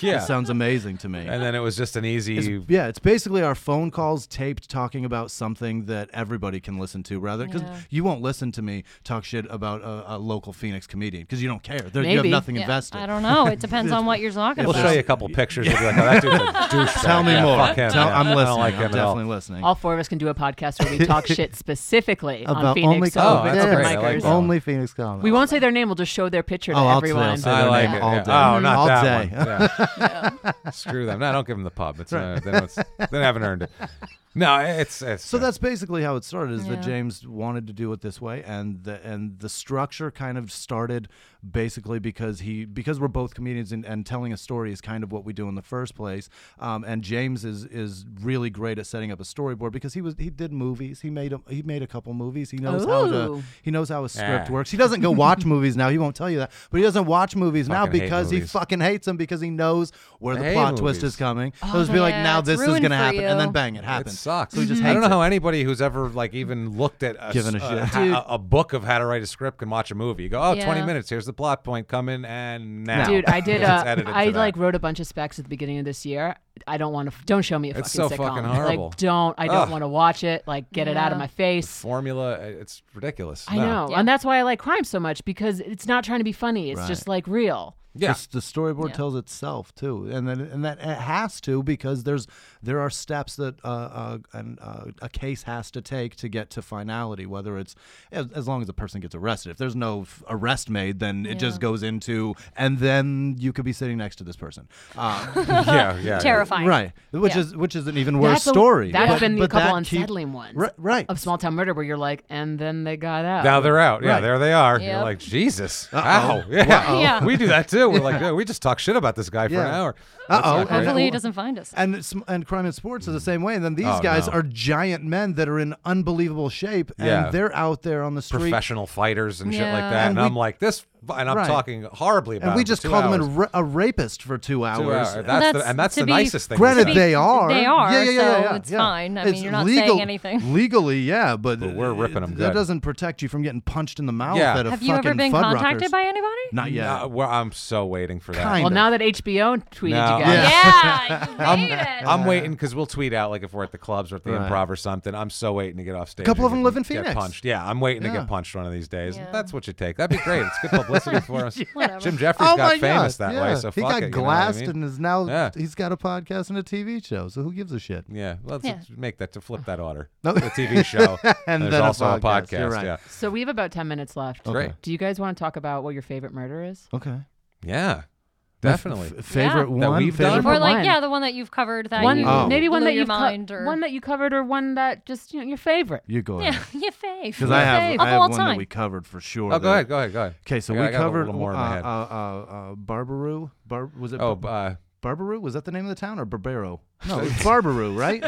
Yeah.
That sounds amazing to me.
and then it was just an easy.
It's- yeah, it's basically our phone calls taped talking about something that everybody can listen to, rather because
Yeah.
you won't listen to me talk shit about a, a local Phoenix comedian because you don't care. There, you have
Maybe.
nothing
Yeah.
invested.
I don't know.
<laughs>
It depends on what you're talking
We'll
about.
show you a couple pictures. You'll be like, oh, that dude's a douchebag.
<laughs> Tell me
Yeah,
more.
fuck him,
Tell-
yeah.
I'm
I
listening.
don't like
I'm
him at all.
definitely listening.
all four of us can do a podcast where we
<laughs>
talk shit specifically on
about
Phoenix
only
so
comics.
open
Oh, that's
micers.
great. I like that.
only Phoenix comics.
We won't say their name. We'll just show their picture to
Oh, I'll say-
everyone.
I'll say
I
their
like
name
it.
all
yeah.
day.
Oh, not
All
that
day.
one.
<laughs>
Yeah. Screw them. No, don't give them the pub. It's, uh, they, don't, it's- they haven't earned
<laughs>
it. No, it's. it's
So that's basically how it started. Is
Yeah.
that James wanted to do it this way, and the and the structure kind of started basically because he because we're both comedians and, and telling a story is kind of what we do in the first place. Um, and James is is really great at setting up a storyboard because he was he did movies. He made a, he made a couple movies. He knows how
Ooh.
to he knows how a script
Yeah.
works. He doesn't
<laughs>
go watch movies now. He won't tell you that, but he doesn't watch movies now
Fucking hate
because he
movies.
fucking hates them because he knows where
I
the
hate
plot twist
movies.
is coming. He'll just be like,
Oh, yeah,
now
it's
this is
ruined
gonna
for
happen, and
you.
then bang, it Mm-hmm. happens.
It sucks.
So he just
I don't
hates
know
it.
how anybody who's ever like even looked at a,
Given a
a,
shit.
a- a book of how to write a script and watch a movie. You go, oh, 20
Yeah.
minutes. Here's the plot point. Come in and now.
Dude, I
<laughs>
did.
Because it's
Uh,
edited to
I
that.
like wrote a bunch of specs at the beginning of this year. I don't want to. Don't show me a
It's
fucking
so
sitcom.
fucking horrible.
Like, don't. I
Ugh.
don't want to watch it. Like, get it out of
Yeah.
my face.
formula. uh, It's ridiculous.
I
No.
know,
Yeah.
and that's why I like crime so much because it's not trying to be funny. It's
Right.
just like real.
Yeah.
The, the storyboard tells itself too, and then and that it has to because there's there are steps that uh, uh, an, uh, a case has to take to get to finality. Whether it's as, as long as the person gets arrested, if there's no f- arrest made, then it just goes into and then you could be sitting next to this person.
<laughs>
Uh,
<laughs> yeah, yeah. yeah.
Terrifying.
right, which
Yeah.
is which is an even worse
that's the-
story.
That's
But-
been the
but
couple
that keep-
unsettling ones.
Ri- right.
Of small town murder, where you're like, and then they got out.
Now they're out. Yeah,
Right.
there they are. You're
Yep.
like, Jesus.
Uh-oh.
Ow. <laughs> Yeah.
Yeah.
We do that too. do. We're like, yeah, we just talk shit about this guy for an hour. That's
Uh-oh.
not great.
Hopefully he doesn't find us.
And it's- and crime and sports is the same way. And then these
Oh,
guys
no.
are giant men that are in unbelievable shape, and
Yeah.
they're out there on the street.
professional fighters and shit like
Yeah.
that. And,
And we-
I'm like this, and I'm
Right.
talking horribly about.
And we
him for
just
two
called him a,
hours.
ra- a rapist for two hours.
hours. That's Well, the- that's- and that's to the be- nicest thing
Granted,
to say.
they are.
They are,
Yeah, yeah, yeah,
so
yeah,
it's
yeah.
fine. I mean,
It's
you're not
legal,
saying anything.
Legally, yeah, but,
But we're ripping 'em
That
good.
doesn't protect you from getting punched in the mouth
Yeah.
at a
Have
fucking
you ever been
Fuddruckers.
contacted by anybody?
Not yet.
No, well, I'm so waiting for that.
Kind
well, now that HBO tweeted
No,
you guys.
Yeah, you
I'm,
made it.
I'm waiting because we'll tweet out like if we're at the clubs or at the
Right.
improv or something. I'm so waiting to get off stage.
couple
and
of 'em
get-
live in
get
Phoenix.
punched. Yeah, I'm waiting to
Yeah.
get punched one of these days. That's what you take. That'd be great. It's good
<laughs>
publicity for us.
Whatever.
Jim Jeffries
oh
got
my God,
famous that
yeah.
way, so
he
fuck
got
it, you know what I
glassed
mean?
and is now
Yeah.
he's got a podcast and a TV show. So who gives a shit?
Yeah, let's
Yeah.
make that to flip that order.
<laughs> No.
The TV show,
<laughs> And
and
then
there's
a
also a
podcast,
podcast.
you're right.
Yeah,
So we have about 10 minutes left.
Okay. Great.
Do you guys want to talk about what your favorite murder is?
Okay.
yeah,
My f-
definitely.
f- favorite
that
one?
we've
Favorite
done.
Or like,
one.
yeah, the one that you've covered that
One,
you
Oh.
maybe one
blew
that
your
you've co-
mind or
one that you covered, or one that just you know your favorite.
You go
<laughs> yeah,
ahead.
your fave.
Because
Your
I have,
fave.
I
of
have
all
one
time.
that we covered for sure.
Oh, go
that-
ahead, go ahead, go ahead.
Okay, so
I got-
we
I got a
covered
little more in
uh,
my head.
uh, uh, uh, Barbaroo. Bar- was it?
Oh,
Bar-
uh,
Barbaroo? Was that the name of the town or Barbero?
<laughs>
No, it's
<laughs>
Barbaroo, right?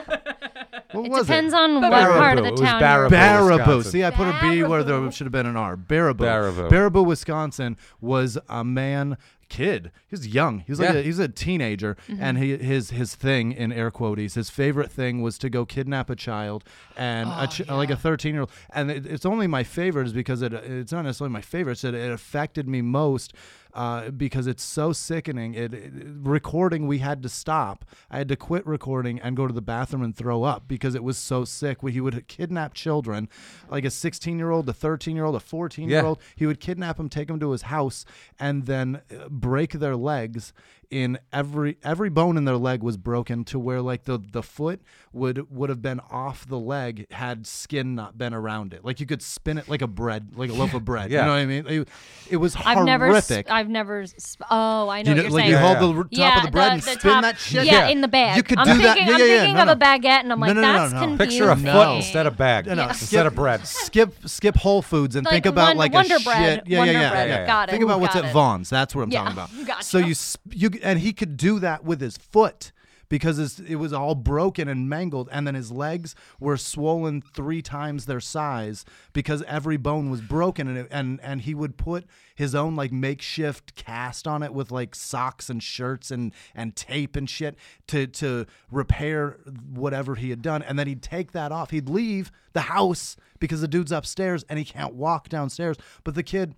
What
It
was
depends
it?
on what
Baraboo.
part of
It
the
was
town. you're
Baraboo.
in.
Baraboo,
Baraboo.
Wisconsin.
See, I put a B where there should have been an R. Baraboo.
Baraboo.
Baraboo, Wisconsin was a man, kid. He was young. He was like
Yeah.
a, he was a teenager, and he, his his thing in air quotes, his favorite thing was to go kidnap a child and a ch- like a thirteen year old. And it, it's only my favorite is because it it's not necessarily my favorite. It's that it affected me most. Uh, because it's so sickening. It, it- recording, we had to stop. I had to quit recording and go to the bathroom and throw up because it was so sick. He would kidnap children, like a 16 year old, a 13 year old, a 14 year old. He would kidnap them, take them to his house, and then uh, break their legs. In every every bone in their leg was broken to where like the the foot would would have been off the leg had skin not been around it. Like you could spin it like a bread, like a loaf of bread. You
Yeah.
know what I mean? It, it was horrific.
I've never, s- I've never. s- Oh, I know
You know,
what you're
like
saying.
you hold the r- top
yeah,
of the bread and spin
top-
that shit.
Yeah, in the bag.
You could
I'm
do
thinking,
that. Yeah,
I'm
yeah, yeah.
thinking
No,
of
no.
a baguette, and I'm
No,
like,
no, no,
that's
no.
confusing.
Picture a foot
No.
instead of bag,
No, no, skip-
instead of
<laughs>
<laughs>
bread.
Skip skip Whole Foods and
Like
think about
Won-
like
Wonder
a shit.
Bread,
Yeah,
Wonder
yeah, yeah,
Bread.
yeah.
Got it,
Think about what's
got
at
it.
Vaughn's. That's what I'm
Yeah,
talking
<laughs>
about.
gotcha.
So you s- you and he could do that with his foot because his, it was all broken and mangled, and then his legs were swollen three times their size because every bone was broken, and it, and and he would put his own like makeshift cast on it with like socks and shirts and and tape and shit to to repair whatever he had done, and then he'd take that off. He'd leave the house because the dude's upstairs and he can't walk downstairs, but the kid.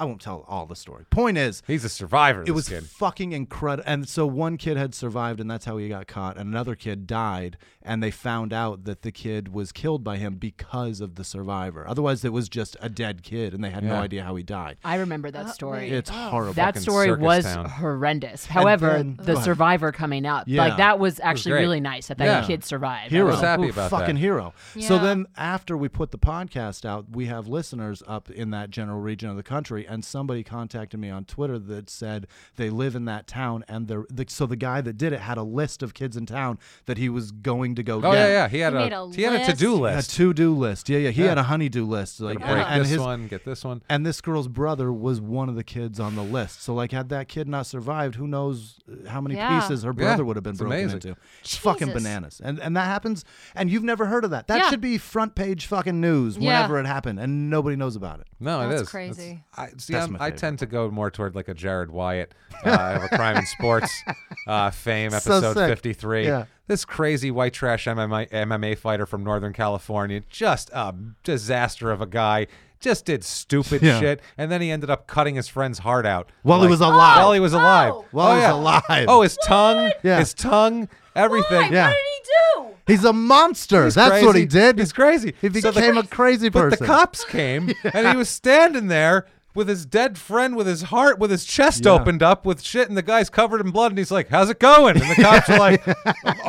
I won't tell all the story. Point is,
He's a survivor.
it
This
was
kid.
fucking incredible. And so one kid had survived, and that's how he got caught. And another kid died, and they found out that the kid was killed by him because of the survivor. Otherwise, it was just a dead kid, and they had no
Yeah.
idea how he died.
I remember that story.
It's horrible.
That
Fucking
story
circus
was
town.
horrendous. However,
then- Go
the
ahead.
survivor coming up,
Yeah.
like that was actually
great.
really nice that that
Yeah.
kid survived. I
Hero.
was happy
Ooh,
about
fucking
that.
hero. So
Yeah.
then after we put the podcast out, we have listeners up in that general region of the country, and somebody contacted me on Twitter that said they live in that town, and they're the, so the guy that did it had a list of kids in town that he was going to go
Oh
get.
yeah, yeah. He had
He made
a,
a
he had a to do list.
A to-do list. Yeah, yeah. He
Yeah.
had a honey-do list. Like
Gotta break
and, and
this
his
one, get this one.
and this girl's brother was one of the kids on the list. So like, had that kid not survived, who knows uh, how many
Yeah.
pieces her brother
Yeah,
would have been
it's
broken
amazing.
into? It's fucking
Jesus.
bananas. And and that happens. And you've never heard of that. That
Yeah.
should be front page fucking news
Yeah.
whenever it happened, and nobody knows about it.
No, it
That's
is. It's-
crazy.
I see.
That's
I'm,
my
I
favorite.
tend to go more toward like a Jared Wyatt uh, of a crime and
<laughs>
sports uh, fame
So
episode
sick.
53.
Yeah.
This crazy white trash MMA, MMA fighter from Northern California, just a disaster of a guy. Just did stupid
Yeah.
shit, and then he ended up cutting his friend's heart out
While he
Oh,
was alive.
While he was alive.
While
oh,
he was
yeah.
alive.
Oh, his tongue.
Yeah.
His tongue. Everything.
Yeah.
What did he do?
He's a monster.
He's
That's what
crazy.
he did.
He's crazy.
He
So the-
became a crazy person.
But the cops
<laughs>
came and he was standing there with his dead friend with his heart with his chest opened up with shit and the guy's covered in blood and he's like, How's it going? And the cops are
<laughs>
like,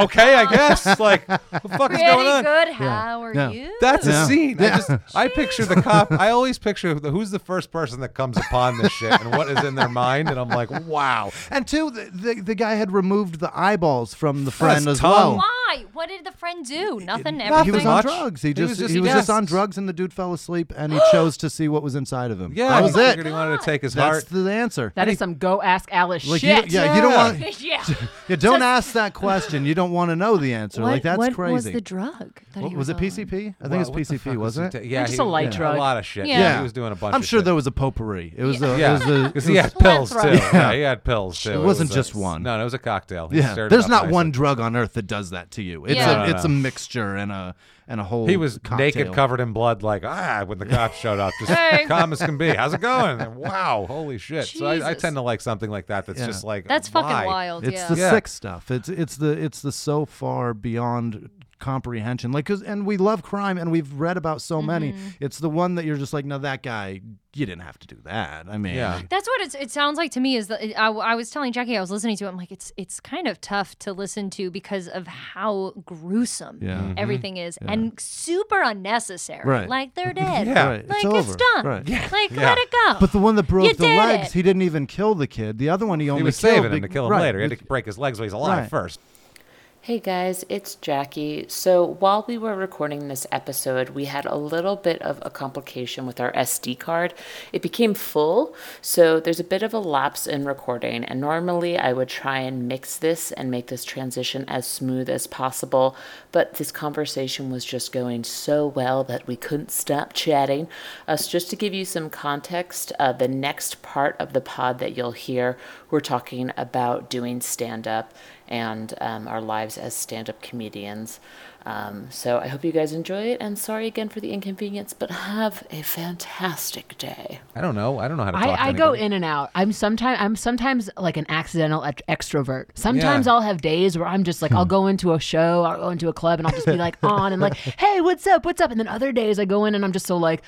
Okay, I guess. Like, what the fuck is going
Pretty
on?
good. How are
Yeah.
you?
That's
Yeah.
a scene.
Yeah.
I just I picture the cop. I always picture the, who's the first person that comes upon this shit and what is in their mind, and I'm like, wow.
And two, the, the, the guy had removed the eyeballs from the friend
his
as
tongue.
well.
Why? Why? What did the friend do? Nothing.
He
everything.
was on drugs. He just he was just, on drugs, and the dude fell asleep, and he chose to see what was inside of him.
Yeah,
that
he
was it.
figured he wanted to take his
That's
heart.
the answer.
That is some go ask Alice
Like, you-
shit.
yeah, you don't
<laughs>
want.
Yeah.
<laughs> yeah, don't ask that question. You don't want to know the answer.
What-
like that's
what
crazy.
was the drug that
What-
he
was,
was
it PCP? I think
Well,
it's
what the fuck
PCP,
was he
wasn't it?
ta- Yeah, Just he- a light yeah, drug. a lot of shit. Yeah, he was doing a bunch
I'm
of
sure
shit.
there was a potpourri. It was. A,
yeah, <laughs>
it was a,
because he had pills too. Yeah. he had pills too.
It wasn't
was a-
just one.
No, no, it was a cocktail. He
<laughs> Yeah,
stirred it
there's
up
not
nicely.
one drug on earth that does that to you. It's
Yeah.
a
No, no,
it's a
no.
mixture and a and a whole.
He was naked,
cocktail.
covered in blood, like ah.
<laughs>
When the cops showed up, just
Hey.
calm as can be. How's it going? And wow, holy shit! So I, I
Jesus.
tend to like something like that. That's
Yeah.
just like
That's fucking
why?
wild,
It's the sick stuff. It's it's the it's the so far beyond comprehension. Like 'cause- and we love crime and we've read about so many.
Mhm.
It's the one that you're just like, no, that guy, you didn't have to do that. I mean,
Yeah.
That's what it's, it sounds like to me. Is that I, I was telling Jackie, I was listening to it. I'm like, it's it's kind of tough to listen to because of how gruesome
Yeah. Mhm.
everything is
Yeah.
and super unnecessary.
Right.
Like they're dead.
<laughs> Yeah. Right.
Like
It's
it's,
over.
done.
Right.
Like
Yeah.
let it go.
But the one that broke
You
the
did
legs,
it.
he didn't even kill the kid. The other one, he only
He was
killed
saving him to
be-
kill him
right.
later. He had to break his legs while he's alive
Right.
first.
Hey guys, it's Jackie. So while we were recording this episode, we had a little bit of a complication with our SD card. It became full, so there's a bit of a lapse in recording. And normally I would try and mix this and make this transition as smooth as possible, but this conversation was just going so well that we couldn't stop chatting. Uh, so just to give you some context, uh, the next part of the pod that you'll hear, we're talking about doing stand up and um, our lives as stand up comedians. Um, so I hope you guys enjoy it, and sorry again for the inconvenience, but have a fantastic day.
I don't know. I don't know how to talk. to
I, I go
anybody.
in and out. I'm sometimes I'm sometimes like an accidental ext- extrovert. Sometimes I'll have days where I'm just like
Hmm.
I'll go into a show, I'll go into a club, and I'll just be
<laughs>
like on and like, hey, what's up, what's up? And then other days I go in and I'm just so like,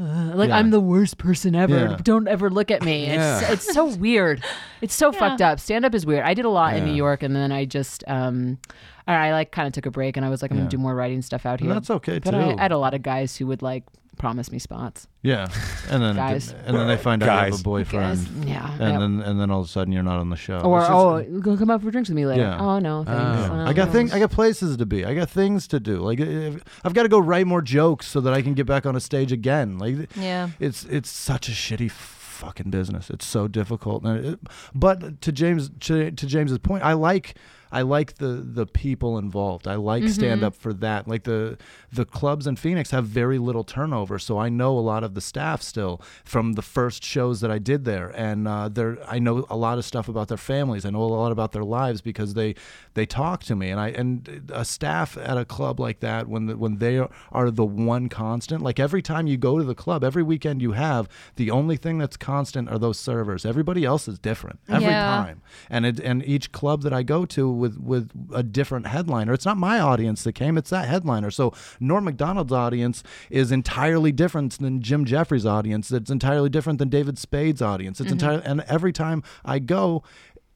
uh, like
Yeah.
I'm the worst person ever.
Yeah.
Don't ever look at me.
Yeah.
It's
<laughs>
it's so weird. It's so fucked up. Stand up is weird. I did a lot in
Yeah.
New York, and then I just um. I like kind of took a break and I was like, I'm
Yeah.
gonna do more writing stuff out
And
here.
that's okay,
but I,
too.
I had a lot of guys who would like promise me spots.
Yeah, and then
Guys.
and then they find out you have
Guys.
a boyfriend.
Guys. Yeah.
and
Yeah.
then and then all of a sudden you're not on the show.
or
It's just-
oh, go come out for drinks with me later.
Yeah.
Oh no, thanks.
I got things. I got places to be. I got things to do. Like if, I've got to go write more jokes so that I can get back on a stage again. Like
Yeah.
it's it's such a shitty fucking business. It's so difficult. And it- but to James to, to James's point, I like I like the the people involved. I like
Mhm.
stand up for that. Like the the clubs in Phoenix have very little turnover, so I know a lot of the staff still from the first shows that I did there, and uh, they're I know a lot of stuff about their families. I know a lot about their lives because they they talk to me, and I and a staff at a club like that when the, when they are the one constant. Like every time you go to the club, every weekend you have the only thing that's constant are those servers. Everybody else is different every
Yeah.
time and it and each club that I go to with with a different headliner. It's not my audience that came; it's that headliner. So Norm Macdonald's audience is entirely different than Jim Jeffries' audience. It's entirely different than David Spade's audience. It's
Mhm.
entirely and every time I go.